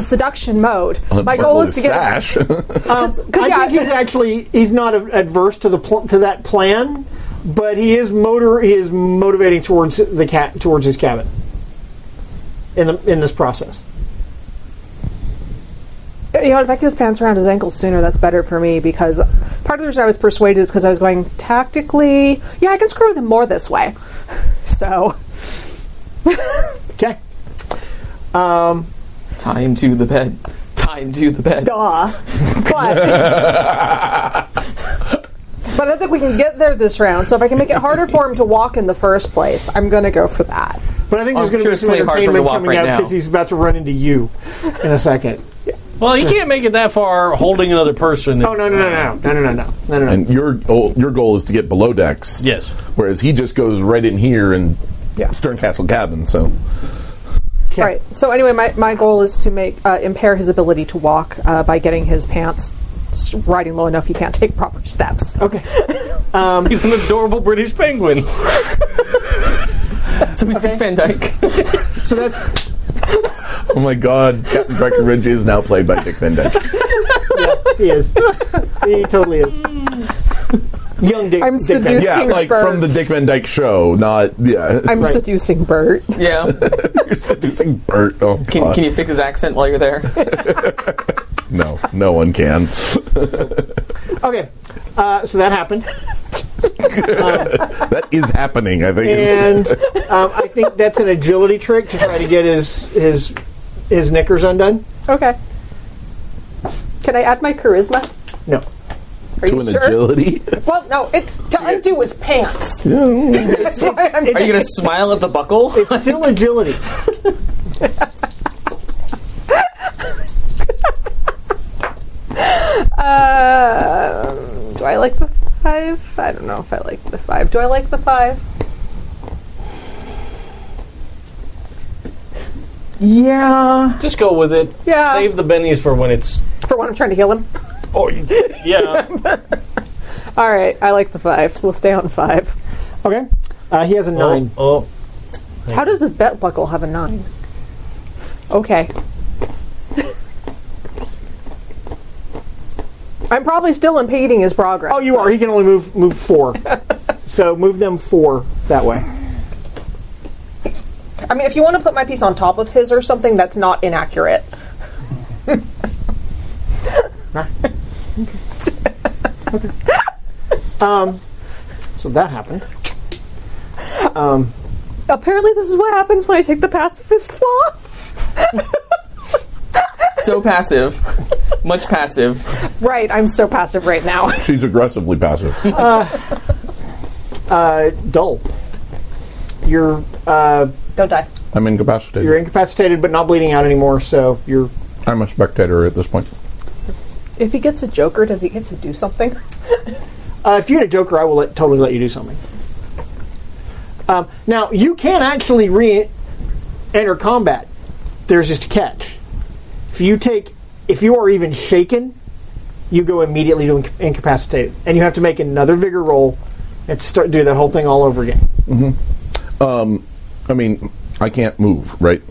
[laughs]
seduction mode. my goal is to get his [laughs]
sash. [laughs]
Cause, cause,
I
yeah,
think he's actually he's not a- adverse to the pl- to that plan, but he is motor he is motivating towards the cat towards his cabin. In the in this process,
you know, if I get his pants around his ankles sooner, that's better for me because part of the reason I was persuaded is because I was going [laughs] tactically. Yeah, I can screw with him more this way. So
Okay.
Tie him to the bed. Tie him to the bed.
Oh, [laughs]
Duh. But, but I think we can get there this round. So if I can make it harder for him to walk in the first place, I'm going to go for that.
But I think there's
Oh,
going to
I'm sure
be
it's
some
really hard for him to
entertainment
walk
coming
right
out
now.
because he's about to run into you in a second.
Well, you can't make it that far holding another person.
Oh no no no no no no no no no no.
And your goal, your goal is to get below decks.
Yes.
Whereas he just goes right in here and
Yeah.
Sterncastle cabin. So
Okay.
Right. So anyway, my, my goal is to make uh, impair his ability to walk uh, by getting his pants s- riding low enough he can't take proper steps.
Okay.
He's an adorable British penguin.
So we stick Van Dyke.
[laughs] So that's
oh my God, Captain Breckenridge is now played by Dick Van Dyke.
he is. He totally is. Young Dick.
I'm
Dick Van
seduced.
Dyke.
Yeah,
King
like from the
Birds.
Dick Van Dyke show, not yeah. [laughs]
I'm
Right.
seducing Bert.
yeah.
You're seducing Bert. Oh,
Can,
God.
can you fix his accent while you're there?
No, no one can.
Okay. Uh, so that happened,
That is happening. I think.
and um, I think that's an agility trick to try to get his his his knickers undone.
Okay. Can I add my charisma?
No.
[laughs]
Are
to
you
an
sure?
agility.
Well, no, it's to undo his pants. [laughs] That's why I'm
Are you
saying-
gonna smile at the buckle?
It's still agility.
Um, do I like the five? I don't know if I like the five. Do I like the five?
Yeah.
Just go with it.
Yeah.
Save the bennies for when it's.
For when I'm trying to heal him.
Oh, yeah. [laughs]
All right, I like the five. We'll stay on five.
Okay. Uh, he has a nine.
Oh, oh.
How does this belt buckle have a nine? Okay. [laughs] I'm probably still impeding his progress.
Oh, you are. He can only move move four. so move them four that way.
I mean, if you want to put my piece on top of his or something, that's not inaccurate.
So that happened.
Apparently, this is what happens when I take the pacifist flaw.
So passive. Much passive.
Right, I'm so passive right now. [laughs]
She's aggressively passive.
Uh, dull. You're uh,
Don't die.
I'm incapacitated.
you're incapacitated, but not bleeding out anymore. So you're
I'm a spectator at this point.
If he gets a joker, does he get to do something?
Uh, if you had a Joker, I will let, totally let you do something. Um, now you can actually re-enter combat. There's just a catch. If you take, if you are even shaken, you go immediately to inc- incapacitated, and you have to make another vigor roll and start do that whole thing all over again.
I mean, I can't move, right?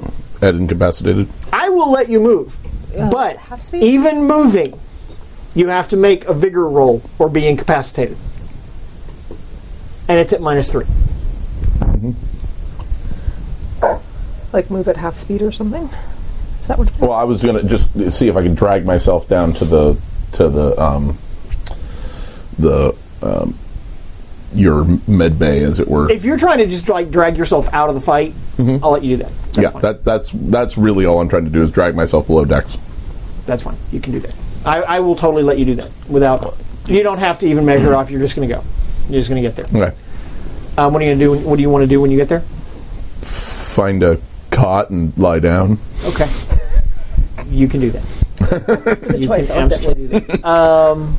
At incapacitated.
I will let you move, but
Uh, half speed?
even moving, you have to make a vigor roll or be incapacitated, and it's at minus three.
Like move at half speed or something? Is that what?
Well, I was gonna just see if I could drag myself down to the to the um the um your med bay, as it were.
if you're trying to just like drag yourself out of the fight, I'll let you do that. That's
Mm-hmm. yeah,
fine.
that that's that's really all I'm trying to do is drag myself below decks.
that's fine. You can do that. I, I will totally let you do that without. You don't have to even measure off. You're just going to go. You're just going to get there.
Okay,
Um, what are you going to do? when- What do you want to do when you get there?
find a cot and lie down.
Okay, you can do that.
[laughs]
you
choice. I
can
like that
absolutely do that. Um,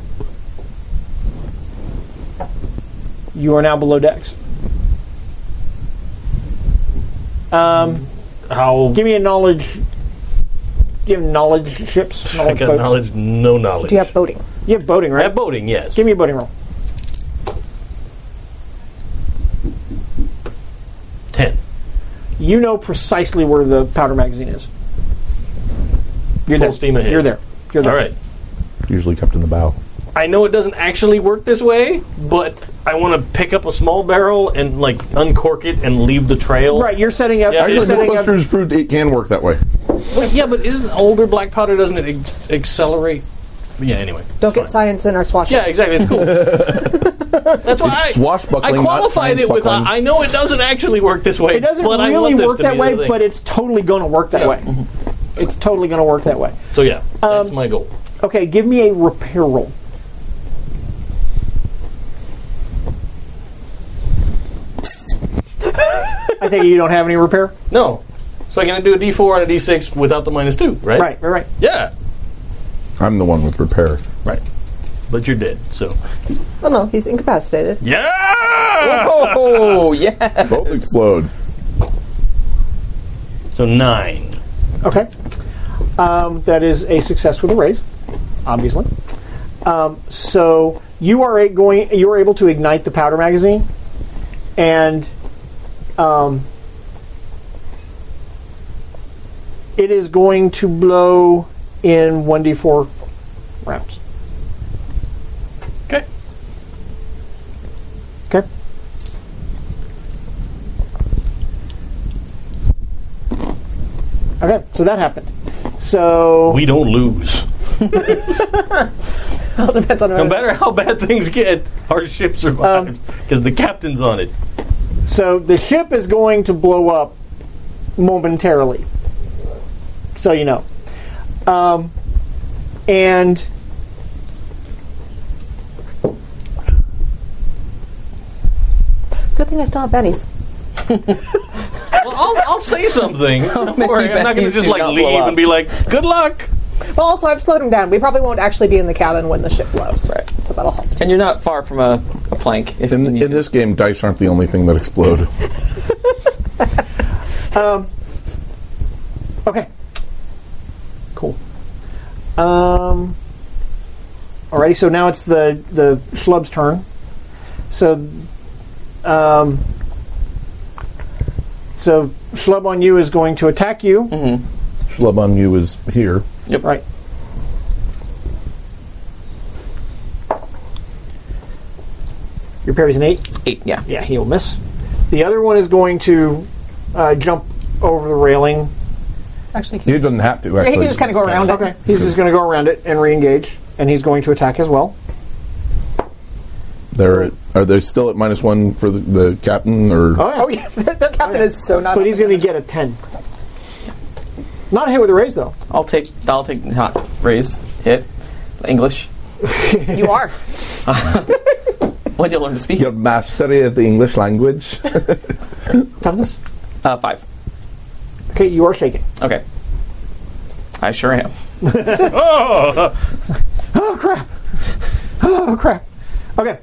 you are now below decks. Um,
How?
give me a knowledge. Do you have knowledge ships?
[laughs] I
Knowledge
got
boats?
knowledge, no knowledge.
Do you have boating?
You have boating,
I
right?
have boating, yes.
Give me a boating roll.
Ten.
You know precisely where the powder magazine is. You're
Full
there.
steam ahead.
You're there. You're there.
All right.
Usually kept in the bow.
I know it doesn't actually work this way, but I want to pick up a small barrel and like uncork it and leave the trail.
Right. You're setting up.
Yeah,
you're
Actually,
setting up.
Ghostbusters proved it can work that way.
Wait, yeah, but isn't older black powder doesn't it ac- accelerate? Yeah. Anyway.
Don't
it's
get
fine.
science in our swatch.
Yeah, exactly. It's cool.
[laughs]
That's why I, I
swashbuckling, not
qualified it with uh,
science-buckling.
I know it doesn't actually work this way.
It doesn't
but I
really
want this
work
to
that
be
way,
the thing.
but it's totally going to work that
Yeah. [laughs]
way. It's totally going to work that way.
so yeah,
um,
that's my goal.
Okay, give me a repair
[laughs]
roll. I think you don't have any repair.
No, so I can do a D four and a D six without the minus two, right?
Right, right, right.
Yeah.
I'm the one with repair.
Right. But you're dead, so
Well, Oh, no, he's incapacitated.
yeah.
Oh yeah.
[laughs]
Both explode.
So nine.
Okay. Um, that is a success with a raise, obviously. Um, so you are a- going. You are able to ignite the powder magazine, and um, it is going to blow in one d four rounds.
Okay.
Okay. Okay. So that happened. So [laughs]
We don't lose.
All depends on
No matter how bad things get, our ship
Um,
survives because the captain's on it.
So the ship is going to blow up momentarily. So you know. Um, and
Good thing I
Oh,
still have Benny's.
Well, I'll, I'll say [laughs] something. Don't
Maybe
worry, I'm not going to
Benny's
just
do
like
not blow
leave
up.
and be like, "Good luck."
Well, also I've slowed him down. We probably won't actually be in the cabin when the ship blows. Right. So that'll help.
And you're not far from a, a plank. If
In,
you need
in
to.
this game, dice aren't the only thing that explode.
[laughs]
okay. Cool. Um, alrighty, so now it's the the schlub's turn. So um, so schlub on you is going to attack you.
Schlub on you is here.
Right. Your parry's an eight.
eight. Yeah.
Yeah, he'll miss. The other one is going to uh, jump over the railing.
Actually, he,
You doesn't have to actually.
he can just kind of go around it.
He's just going to go around it and re-engage, and he's going to attack as well.
They're at- are they still at minus one for the, the captain or?
Oh yeah,
Oh yeah, [laughs] their, their captain is so not.
but he's going to get a ten. Not hit with a raise though.
I'll take. I'll take not raise hit English.
[laughs] You are.
When did you learn to speak?
Your mastery of the English language.
Toughness.
Uh, five.
Okay, you are shaking.
Okay. I sure am.
Oh,
Oh crap! Oh crap! Okay,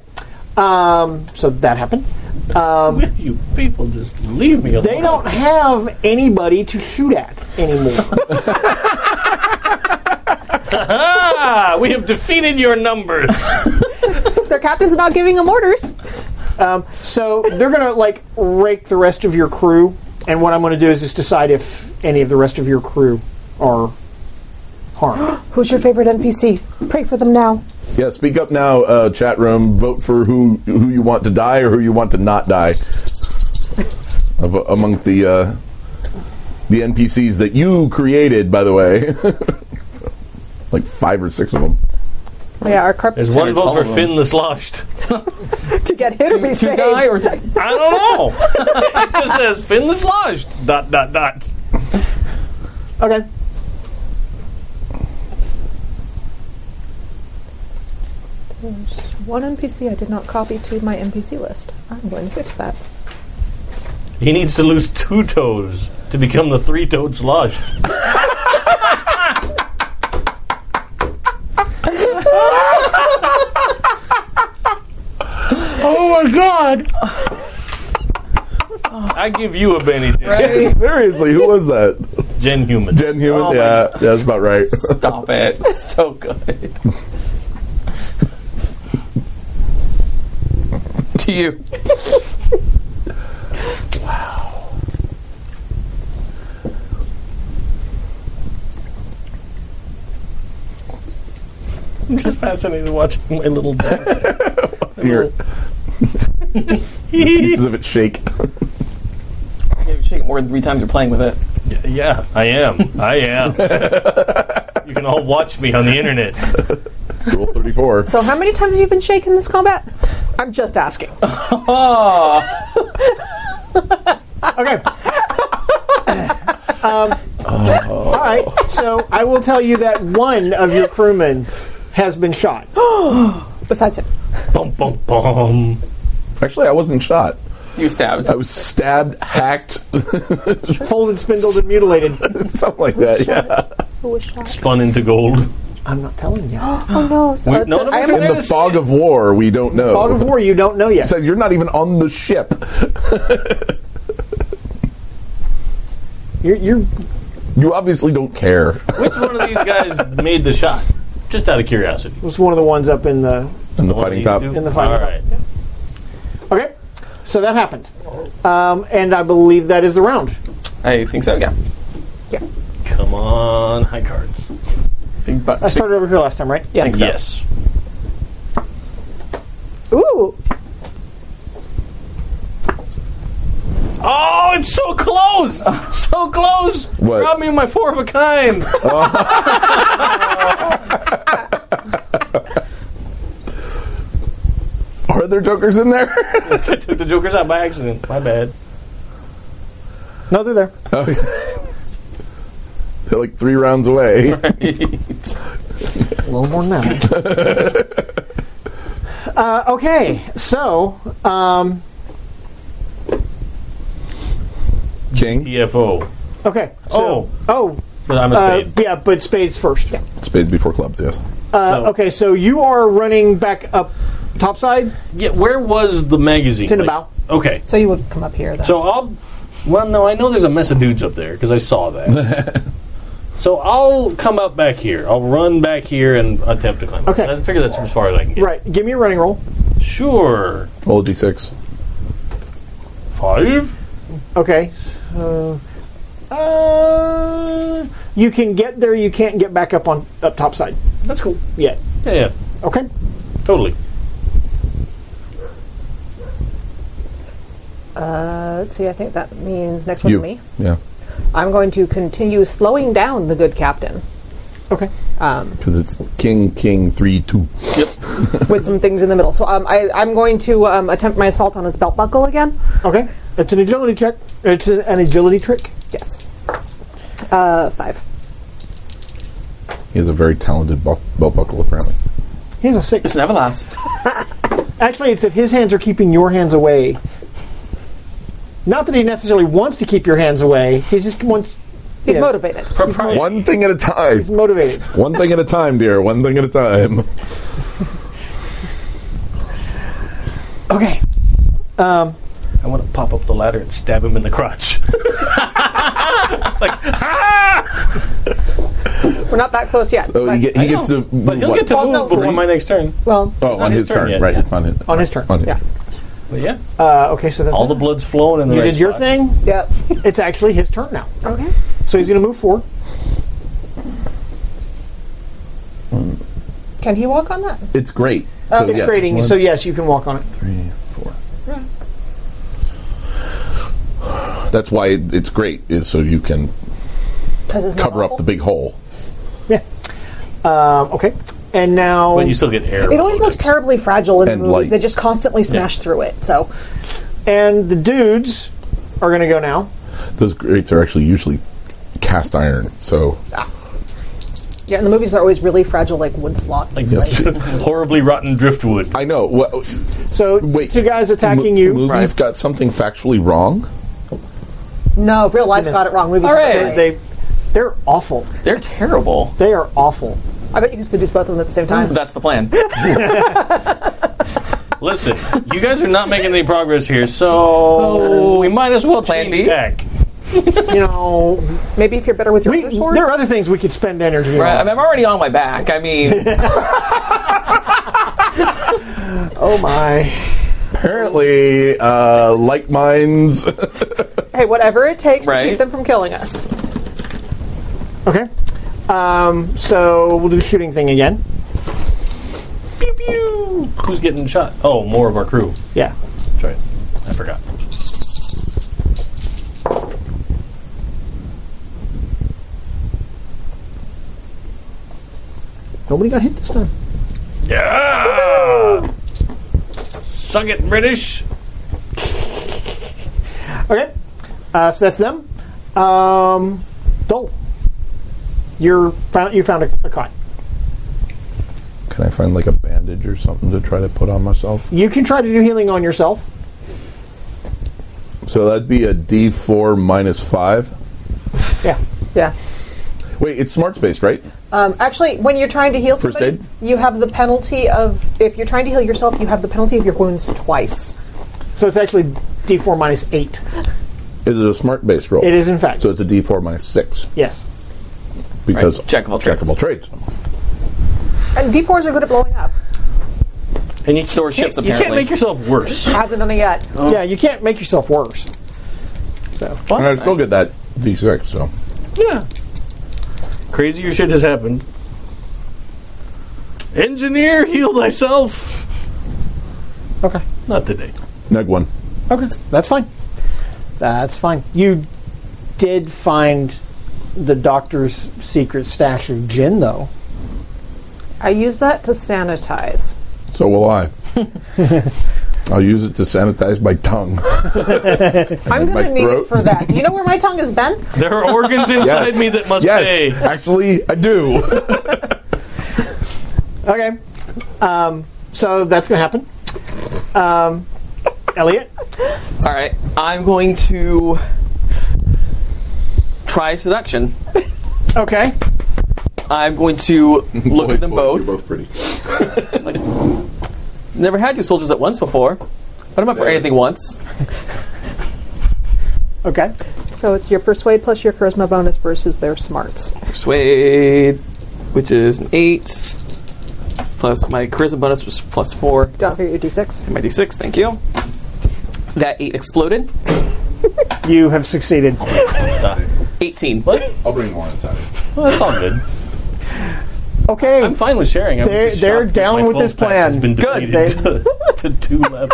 um, so that happened.
will [laughs] you people just leave me alone?
They don't have anybody to shoot at anymore.
Ah, we have defeated your numbers.
[laughs] Their captain's not giving them orders.
so they're gonna like rake the rest of your crew, and what I'm gonna do is just decide if any of the rest of your crew are [gasps] harmed.
Who's your favorite NPC? Pray for them now.
[laughs]
[laughs]
yeah, speak up now, uh, chat room. Vote for who who you want to die or who you want to not
[laughs]
die. Of, among the uh, the NPCs that you created, by the way, [laughs] like five or six of them.
Oh, yeah, our
[laughs]
carpet
There's one vote
all
for
of them.
Finn the sloshed.
to get hit or be
to
saved.
die or to,
I don't know. it just says Finn the sloshed. Dot dot dot.
Okay.
One NPC I did not copy to my NPC list. I'm going to fix that.
He needs to lose two toes to become the three-toed slosh.
Oh my god!
I give you a Benny Jen.
Seriously, who was that?
Jen Human.
Jen Hewitt?
Oh my
yeah, yeah, that's about
[laughs]
right.
stop it. [laughs] So good. to you.
I'm just fascinated watching my little dog. [laughs]
Here, [laughs] pieces of it shake.
You have to shake it more than three times you're playing with
[laughs]
it.
yeah, I am. I am. you can all watch me on the internet.
Rule 34.
So how many times have you been shaken in this combat? I'm just asking.
[laughs] Okay. um, All right. So I will tell you that one of your crewmen has been [gasps] shot.
Besides him.
Bum, bum, bum.
Actually, I wasn't shot.
You stabbed.
I was stabbed, hacked, [laughs]
Folded, spindled, and mutilated.
something like that. Yeah.
Who was shot?
Spun into gold.
I'm not telling [gasps] you.
Oh no. So
Wait,
it's
no,
good.
no,
I am
no,
gonna-
In the fog of war, we don't know.
Fog of War, you don't know yet.
So you're not even on the ship.
You're, you're
You obviously don't care.
Which one of these guys made the shot? Just out of curiosity.
was one of the ones up in the.
In the
One of
fighting
these
top.
two?
In the fighting
All
top.
right.
Okay. So that happened. Um, and I believe that is the round.
I think so. Yeah.
Come on, high cards.
Big
I
butt.
started over here last time, right?
Yes.
Yes.
Ooh.
Oh, it's so close!
Oh.
So close!
What?
Rob me of my four of a
[laughs]
kind! [laughs]
Are there jokers in there? [laughs]
I took the jokers out by accident. My bad.
No, they're there.
They're like three rounds away.
A little more than that. [laughs] uh, okay. So, um,
King.
TFO.
okay. So,
Oh.
oh.
But I'm a
Uh,
spade.
yeah, but spades first.
Spades before clubs, yes.
Uh,
So-
Okay, so you are running back up topside.
Yeah, where was the magazine?
It's in the bow.
Okay.
So you would come up here then.
So I'll. Well, no, I know there's a mess of dudes up there because I saw that. so I'll come up back here. I'll run back here and attempt to climb. up.
Okay.
I figure that's as far as I can get.
Right, give me a running roll.
Sure.
Old D6.
Five.
Okay. So, uh, you can get there, you can't get back up on up topside
That's cool.
yet.
Yeah, yeah,
Okay?
totally.
Uh, let's see. I think that means next one
You.
to me.
Yeah.
I'm going to continue slowing down the good captain um,
Okay.
Because it's King, King, 3, 2.
with some things in the middle. So um, I, I'm going to um, attempt my assault on his belt buckle again.
Okay. It's an agility check. It's an, an agility trick.
Yes. Uh, five.
He has a very talented belt, belt buckle, apparently.
He has a six.
It's never last.
Actually, it's if his hands are keeping your hands away. Not that he necessarily wants to keep your hands away. He just wants.
He's
Yeah.
motivated.
Propriety.
One thing at a time.
He's motivated.
One thing at a time, dear. One thing at a time.
Okay.
I want to pop up the ladder and stab him in the crotch.
We're not that close yet.
Oh, he, get, he gets to.
[laughs] but he'll get to
Well,
move
no,
before
three.
my next turn.
well,
Oh, on
his
his,
turn
turn,
yet.
right?
Yeah.
It's on his.
On his turn.
On his.
Yeah.
But yeah,
Uh, okay, so that's
all
it.
the blood's flowing in the
You
right
did your
spot.
thing.
yeah.
It's actually his turn now.
Okay.
So he's going to move forward.
Can he walk on that?
It's great.
Uh,
So,
it's
yes.
grading,
One,
so yes, you can walk on it.
three, four. That's why it- it's great, is so you can
Because it's not
cover up the
awful?
big hole.
Yeah. Um, okay. And now.
But you still get air.
It always looks terribly fragile in
And
the movies.
light.
They just constantly smash through it. So
and the dudes are going to go now.
Those grates are actually usually cast iron, so
yeah, in the movies they're always really fragile, like wood slot.
Like
Yes.
[laughs] horribly rotten driftwood.
I know. Well,
So
wait,
two guys attacking
Mo-
you.
Movies got something factually wrong.
no, real life
Goodness.
got it wrong. Movies
All
got it
right.
right.
They, they, they're awful.
They're terrible.
They are awful.
I bet you can seduce both of them at the same time.
That's the plan.
Listen, you guys are not making any progress here, so we might as well
Plan
change
B?
tack.
You know,
Maybe if you're better with your
we,
other swords.
there are other things we could spend energy
Right, I
on.
mean, I'm already on my back.
[laughs]
I mean,
Oh my.
Apparently, uh, like [laughs] minds.
hey, whatever it takes to
Right.
keep them from killing us.
Okay. Um, so we'll do the shooting thing again.
Pew, pew. Who's getting shot? Oh, more of our crew.
Yeah.
That's right. I forgot.
Nobody got hit this time.
Yeah! Suck it, British!
Okay, uh, so that's them. Um, Dole, you're found you found a, a coin.
Can I find like a bandage or something to try to put on myself?
You can try to do healing on yourself.
So that'd be a D4 minus five.
Yeah,
Yeah.
Wait, it's smart space, right?
Um, actually, when you're trying to heal
First
somebody,
aid?
you have the penalty of if you're trying to heal yourself, you have the penalty of your wounds twice.
so it's actually D4 minus eight.
Is it a smart based roll?
It is in fact.
So it's a D4 minus six
yes.
because
Right. Jack of all
jack of all trades.
And D4s are good at blowing up.
And you can't,
Store ships,
you can't
apparently.
make yourself worse.
Hasn't done it yet.
Yeah, you can't make yourself worse. So
And I still get that D6. So
Yeah. Crazier shit has happened. Engineer, heal thyself!
okay,
Not today.
neg one.
okay, that's fine. That's fine. You did find the doctor's secret stash of gin, though.
I use that to sanitize.
So will
[laughs]
I. I'll use it to sanitize my tongue.
I'm
my
going to need
throat.
it for that. Do you know where my tongue has been?
There are
[laughs]
organs inside me that must
yes,
pay.
actually, I do.
Okay, um, so that's going to happen. Um, Elliot,
All right, I'm going to try seduction.
okay,
I'm
[laughs]
going to look at them both.
You're both pretty.
Never had two soldiers at once before, but I'm up for
There.
anything once.
okay.
So it's your persuade plus your charisma bonus versus their smarts.
Persuade, which is an eight, plus my charisma bonus was plus four.
Don't forget your d6.
and My d6, thank you. That eight exploded.
You have succeeded.
18.
I'll bring more inside.
Well, that's all good.
Okay,
I'm fine with sharing. I was
They're-
just
they're
shocked that
down
my
with this
12 pack has
plan.
Been
Good.
depleted To, to two left.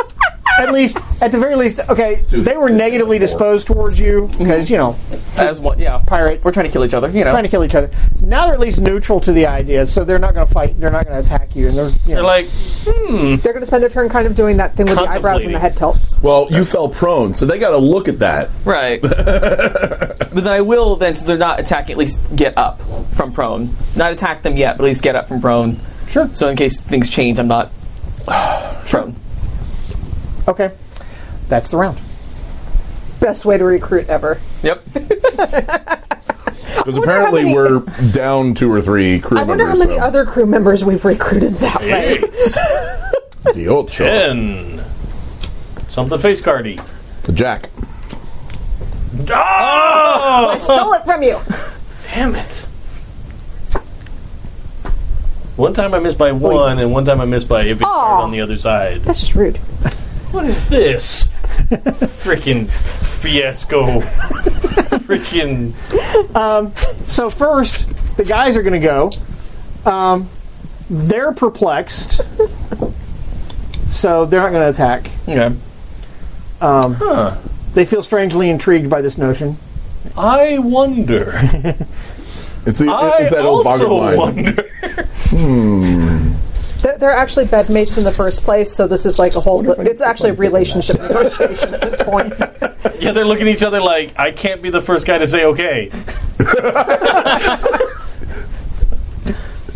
at least, at the very least, okay,
do
they were
this. Mm-hmm.
negatively disposed towards you because, you know,
As one, yeah.
pirate.
We're trying to kill each other, you know.
trying to kill each other. Now they're at least neutral to the idea, so they're not going to fight. They're not going to attack you, and they're, you
They're
know,
like,
They're going to spend their turn kind of doing that thing with the eyebrows and
Contemplating.
the head tilts.
Well, you fell prone, so they got to look at
[laughs]
that.
Right. but [laughs] then I will then, since they're not attacking, at least get up from prone. Not attack them yet, but at least get up from prone.
sure,
So in case things change, I'm not [sighs] prone.
okay, that's the round.
Best way to recruit ever.
Yep.
Because
how
apparently
many-
we're down two or three crew
I wonder how
members.
many
so-
other crew members we've recruited that way.
The old chap.
Ben. Something face cardy.
The jack.
Oh!
I stole it from you.
Damn it. One time I missed by one, and one time I missed by if it started on the other side.
[laughs] That's just rude.
What is
[laughs]
this? Freaking [laughs] fiasco. Freaking.
So first, the guys are going to go. Um, they're perplexed, so they're not going to attack.
okay.
They feel strangely intrigued by this notion. [laughs]
I wonder.
It's, the,
I
it's that old bog of
also
wine.
wonder.
They're, they're actually bedmates in the first place, so this is like a whole. It's actually a relationship negotiation at this point.
Yeah, they're looking at each other like, I can't be the first guy to say okay.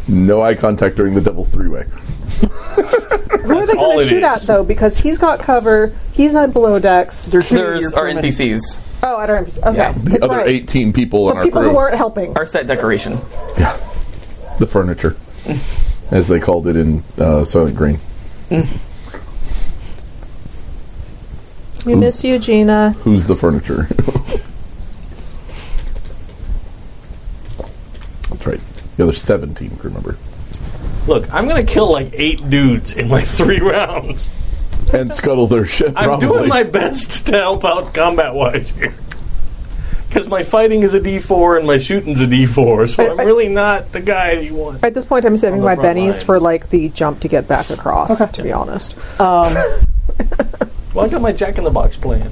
No eye contact during the devil's three way.
Who are they
all
going to
it
shoot at
is.
though? Because he's got cover. He's on below decks.
They're shooting
There's
your
our
crewmen.
NPCs.
Oh, at our NPC. Okay,
Yeah.
The
that's
other
right.
18 people
the
in our
people
crew.
who aren't helping.
Our set decoration.
the furniture, as they called it in uh, Silent Green.
We miss you, Gina.
Who's the
[laughs]
furniture? That's right. The other 17 crew member.
Look, I'm going to kill like eight dudes in like three [laughs] rounds.
And scuttle their ship,
I'm
probably.
doing my best [laughs] to help out combat wise here. Because my fighting is a D4 and my shooting's a D4, so I'm really not the guy that you want.
At this point, I'm saving
On the
my
front
bennies
line.
for like the jump to get back across. To be honest,
Well, I got my Jack in the Box plan.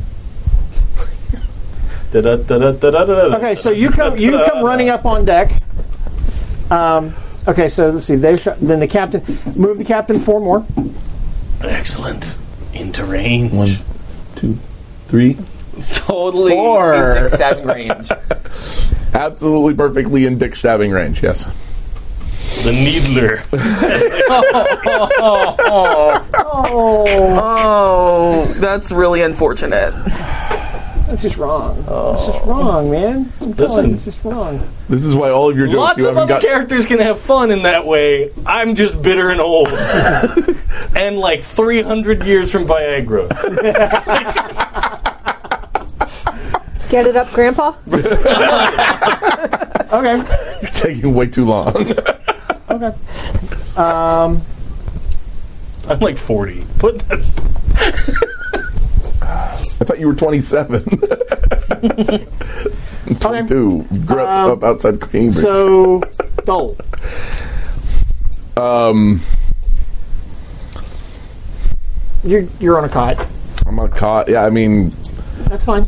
[laughs] Da-da-da-da-da-da-da-da.
Okay, so you come you come running up on deck. Um, Okay, so let's see. They shot. Then the captain move the captain four more.
Excellent. Into range.
One, two, three.
Totally
Four.
in dick stabbing range.
Absolutely perfectly in dick stabbing range, yes.
The needler.
[laughs] Oh, that's really unfortunate.
That's just wrong. That's just wrong, man. I'm telling
Listen.
you, it's just wrong.
This is why all of your jokes
Lots
you
of
haven't
other
got.
characters can have fun in that way. I'm just bitter and
[laughs]
old. and like 300 years from Viagra.
Get it up, Grandpa.
Okay.
You're [laughs] taking way too long.
Okay.
I'm like 40. Put this.
I thought you were
[laughs]
[laughs] 27. 22. Grubs up outside
Um,
Queens.
So, Dole.
um,
You're you're on a cot.
I'm not caught. Yeah, I mean,
That's fine.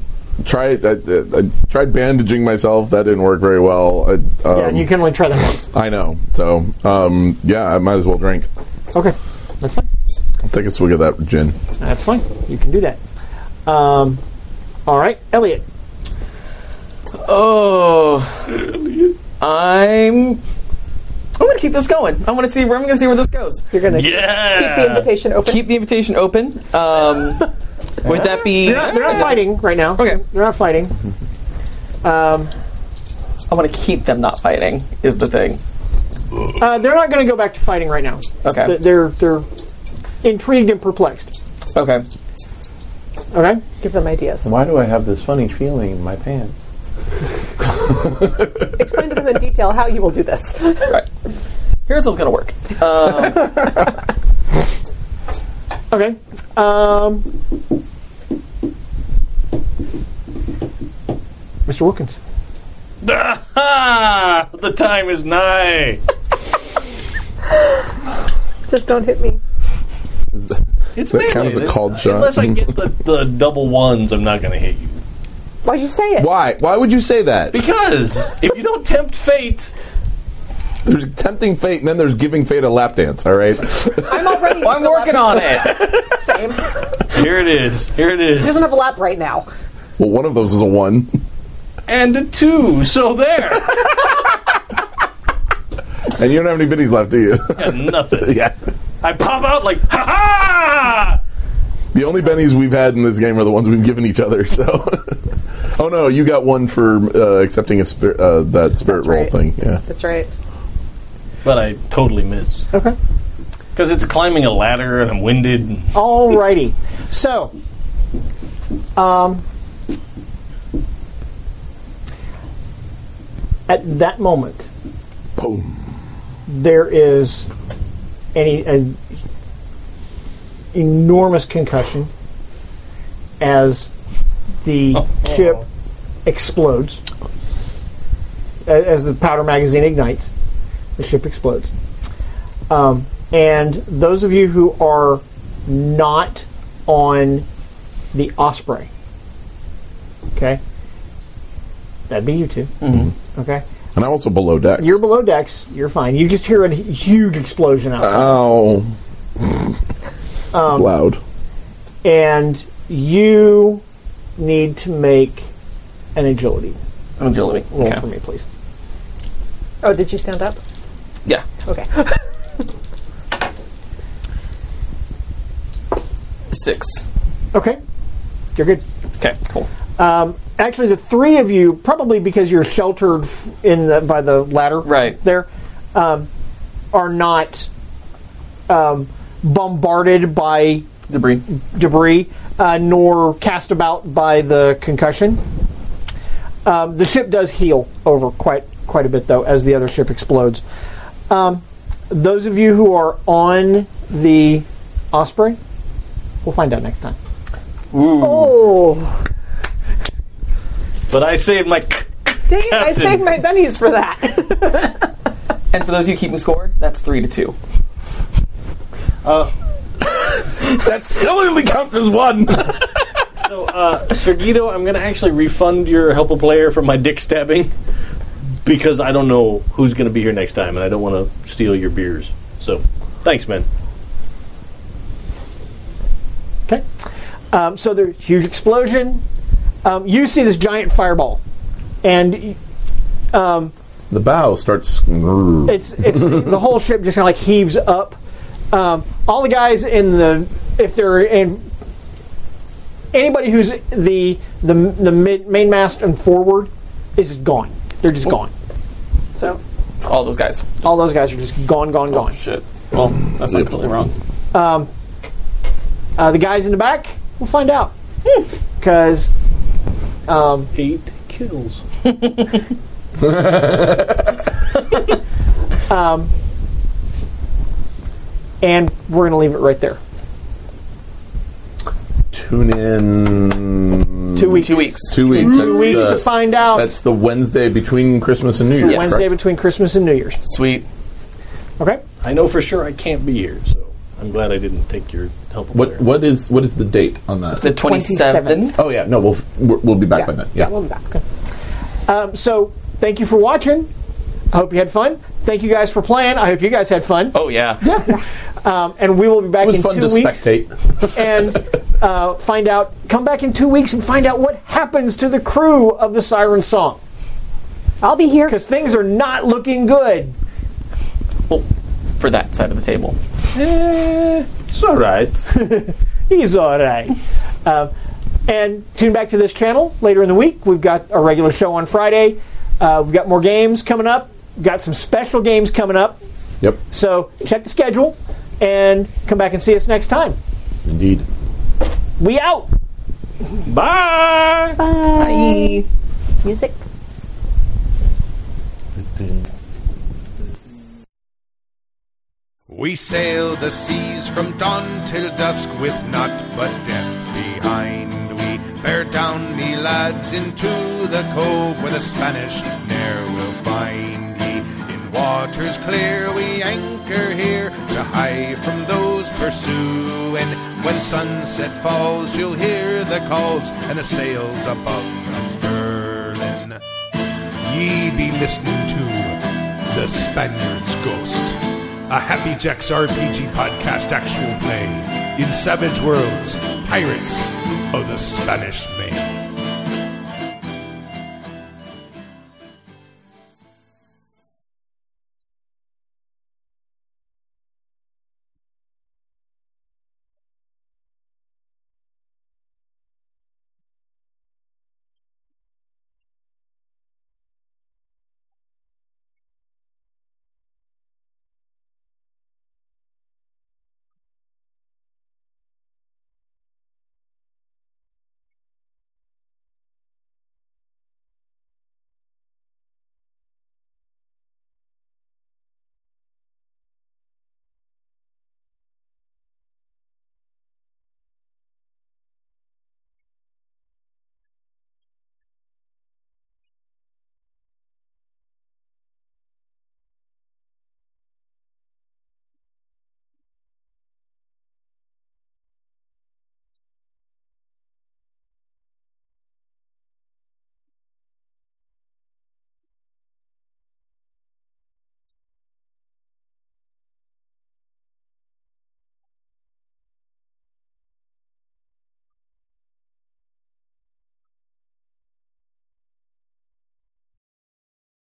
tried. I, I, I tried bandaging myself. That didn't work very well. I, um,
yeah, and you can only try that once.
I know. So, um, yeah, I might as well drink.
Okay. That's fine.
I'll take a swig of that gin.
That's fine. You can do that. Um, all right, Elliot.
Oh, I'm. I'm gonna keep this going. I want to see. I'm gonna see where this goes.
You're gonna keep the
Yeah.
invitation open.
Keep the invitation open. Um, would that be?
They're not, they're not fighting right now.
Okay.
They're not fighting.
I want to keep them not fighting. Is the thing.
Uh, they're not going to go back to fighting right now.
Okay.
Th- They're they're intrigued and perplexed.
Okay.
Okay.
Give them ideas.
Why do I have this funny feeling in my pants?
[laughs] Explain to them in detail how you will do this.
Here's what's gonna work.
Okay. Um, Mr. Wilkins.
Ah, the time is nigh.
[laughs] Just don't hit me.
It's
That
melee.
counts as a called shot.
Unless I get
[laughs]
the, the double ones, I'm not going to hit you.
Why'd you say it?
Why? Why would you say that?
Because if you don't tempt fate,
There's tempting fate, and then there's giving fate a lap dance. All right. [laughs]
I'm already.
Oh, I'm working on it.
Same.
here it is. Here it is.
Doesn't have a lap right now.
well, one of those is a one.
and a two. So there.
[laughs] And you don't have any biddies left, do you? [laughs]
Got nothing.
yeah.
I pop out like ha ha.
The only bennies we've had in this game are the ones we've given each other. So, [laughs] oh no, you got one for uh, accepting a spir- uh, that spirit
That's
roll
right.
thing. Yeah,
That's right.
But I totally miss.
Okay.
Because it's climbing a ladder and I'm winded. And
Alrighty. So, um, at that moment,
boom.
there is any an enormous concussion as the ship explodes A- as the powder magazine ignites the ship explodes um, and those of you who are not on the osprey okay that'd be you 2 okay
And I'm also below deck.
you're below decks. You're fine. You just hear a huge explosion
Uh-huh.
outside,
Ow.
Um,
It's loud.
and you need to make an agility
Agility.
roll
Okay.
for me, please.
Oh, did you stand up?
Yeah.
Okay.
[laughs] Six.
Okay, you're good. Um,
Okay. Cool.
Actually, the three of you probably because you're sheltered f- in the, by the ladder
Right.
there um, are not um, bombarded by
Debris.
debris, uh, nor cast about by the concussion. Um, the ship does heal over quite quite a bit, though, as the other ship explodes. Um, those of you who are on the Osprey, we'll find out next time.
Oh,
But I saved my. c-
dang it! I
Captain.
saved my bennies for that.
And for those of you keeping score, that's three to two.
That still only counts as one.
So, uh, Sergito, I'm going to actually refund your help a player for my dick stabbing. because I don't know who's going to be here next time, and I don't want to steal your beers. So, thanks, man.
Okay. Um, so there's huge explosion. Um, you see this giant fireball, and y-
[laughs] The bow starts.
it's it's the whole ship just kind of like heaves up. Um, all the guys in the if they're in anybody who's the the the mid, main mast and forward is just gone. They're just gone.
So
All those guys.
All those guys are just gone, gone, gone.
Shit. Well, that's not completely wrong.
Uh, the guys in the back, we'll find out Hmm. because
Eight kills.
and we're gonna leave it right there.
Tune in.
Two weeks.
Two weeks.
Two weeks.
Two weeks to find out.
That's the Wednesday between Christmas and New Year's.
Wednesday
correct?
between Christmas and New Year's.
Sweet.
Okay.
I know for sure I can't be here, so I'm glad I didn't take your help. over
What
there.
what is what is the date on that?
The 27th.
oh yeah, no, we'll we'll we'll be back by then. Yeah.
we'll be back. Okay. Um, so thank you for watching. I hope you had fun. Thank you guys for playing. I hope you guys had fun.
Oh, yeah.
Um, and we will be back
It was
in
fun
two
to
weeks
spectate. [laughs]
and uh, find out. Come back in two weeks and find out what happens to the crew of the Siren Song
I'll be here.
because things are not looking
[laughs]
good.
Well, for that side of the table.
Eh,
It's all right. [laughs]
he's all right. Um, and tune back to this channel later in the week. We've got our regular show on Friday. Uh, we've got more games coming up. We've got some special games coming up.
Yep.
So check the schedule and come back and see us next time.
Indeed.
We out.
Bye.
Bye. Music.
We sail the seas from dawn till dusk with naught but death behind. We bear down, me lads, into the cove where the Spanish ne'er will find ye. In waters clear we anchor here to hide from those pursuing. When sunset falls, you'll hear the calls and the sails above unfurling. Ye be listening to the Spaniard's Ghost, a Happy Jacks RPG podcast actual play in Savage Worlds, Pirates of the Spanish Main.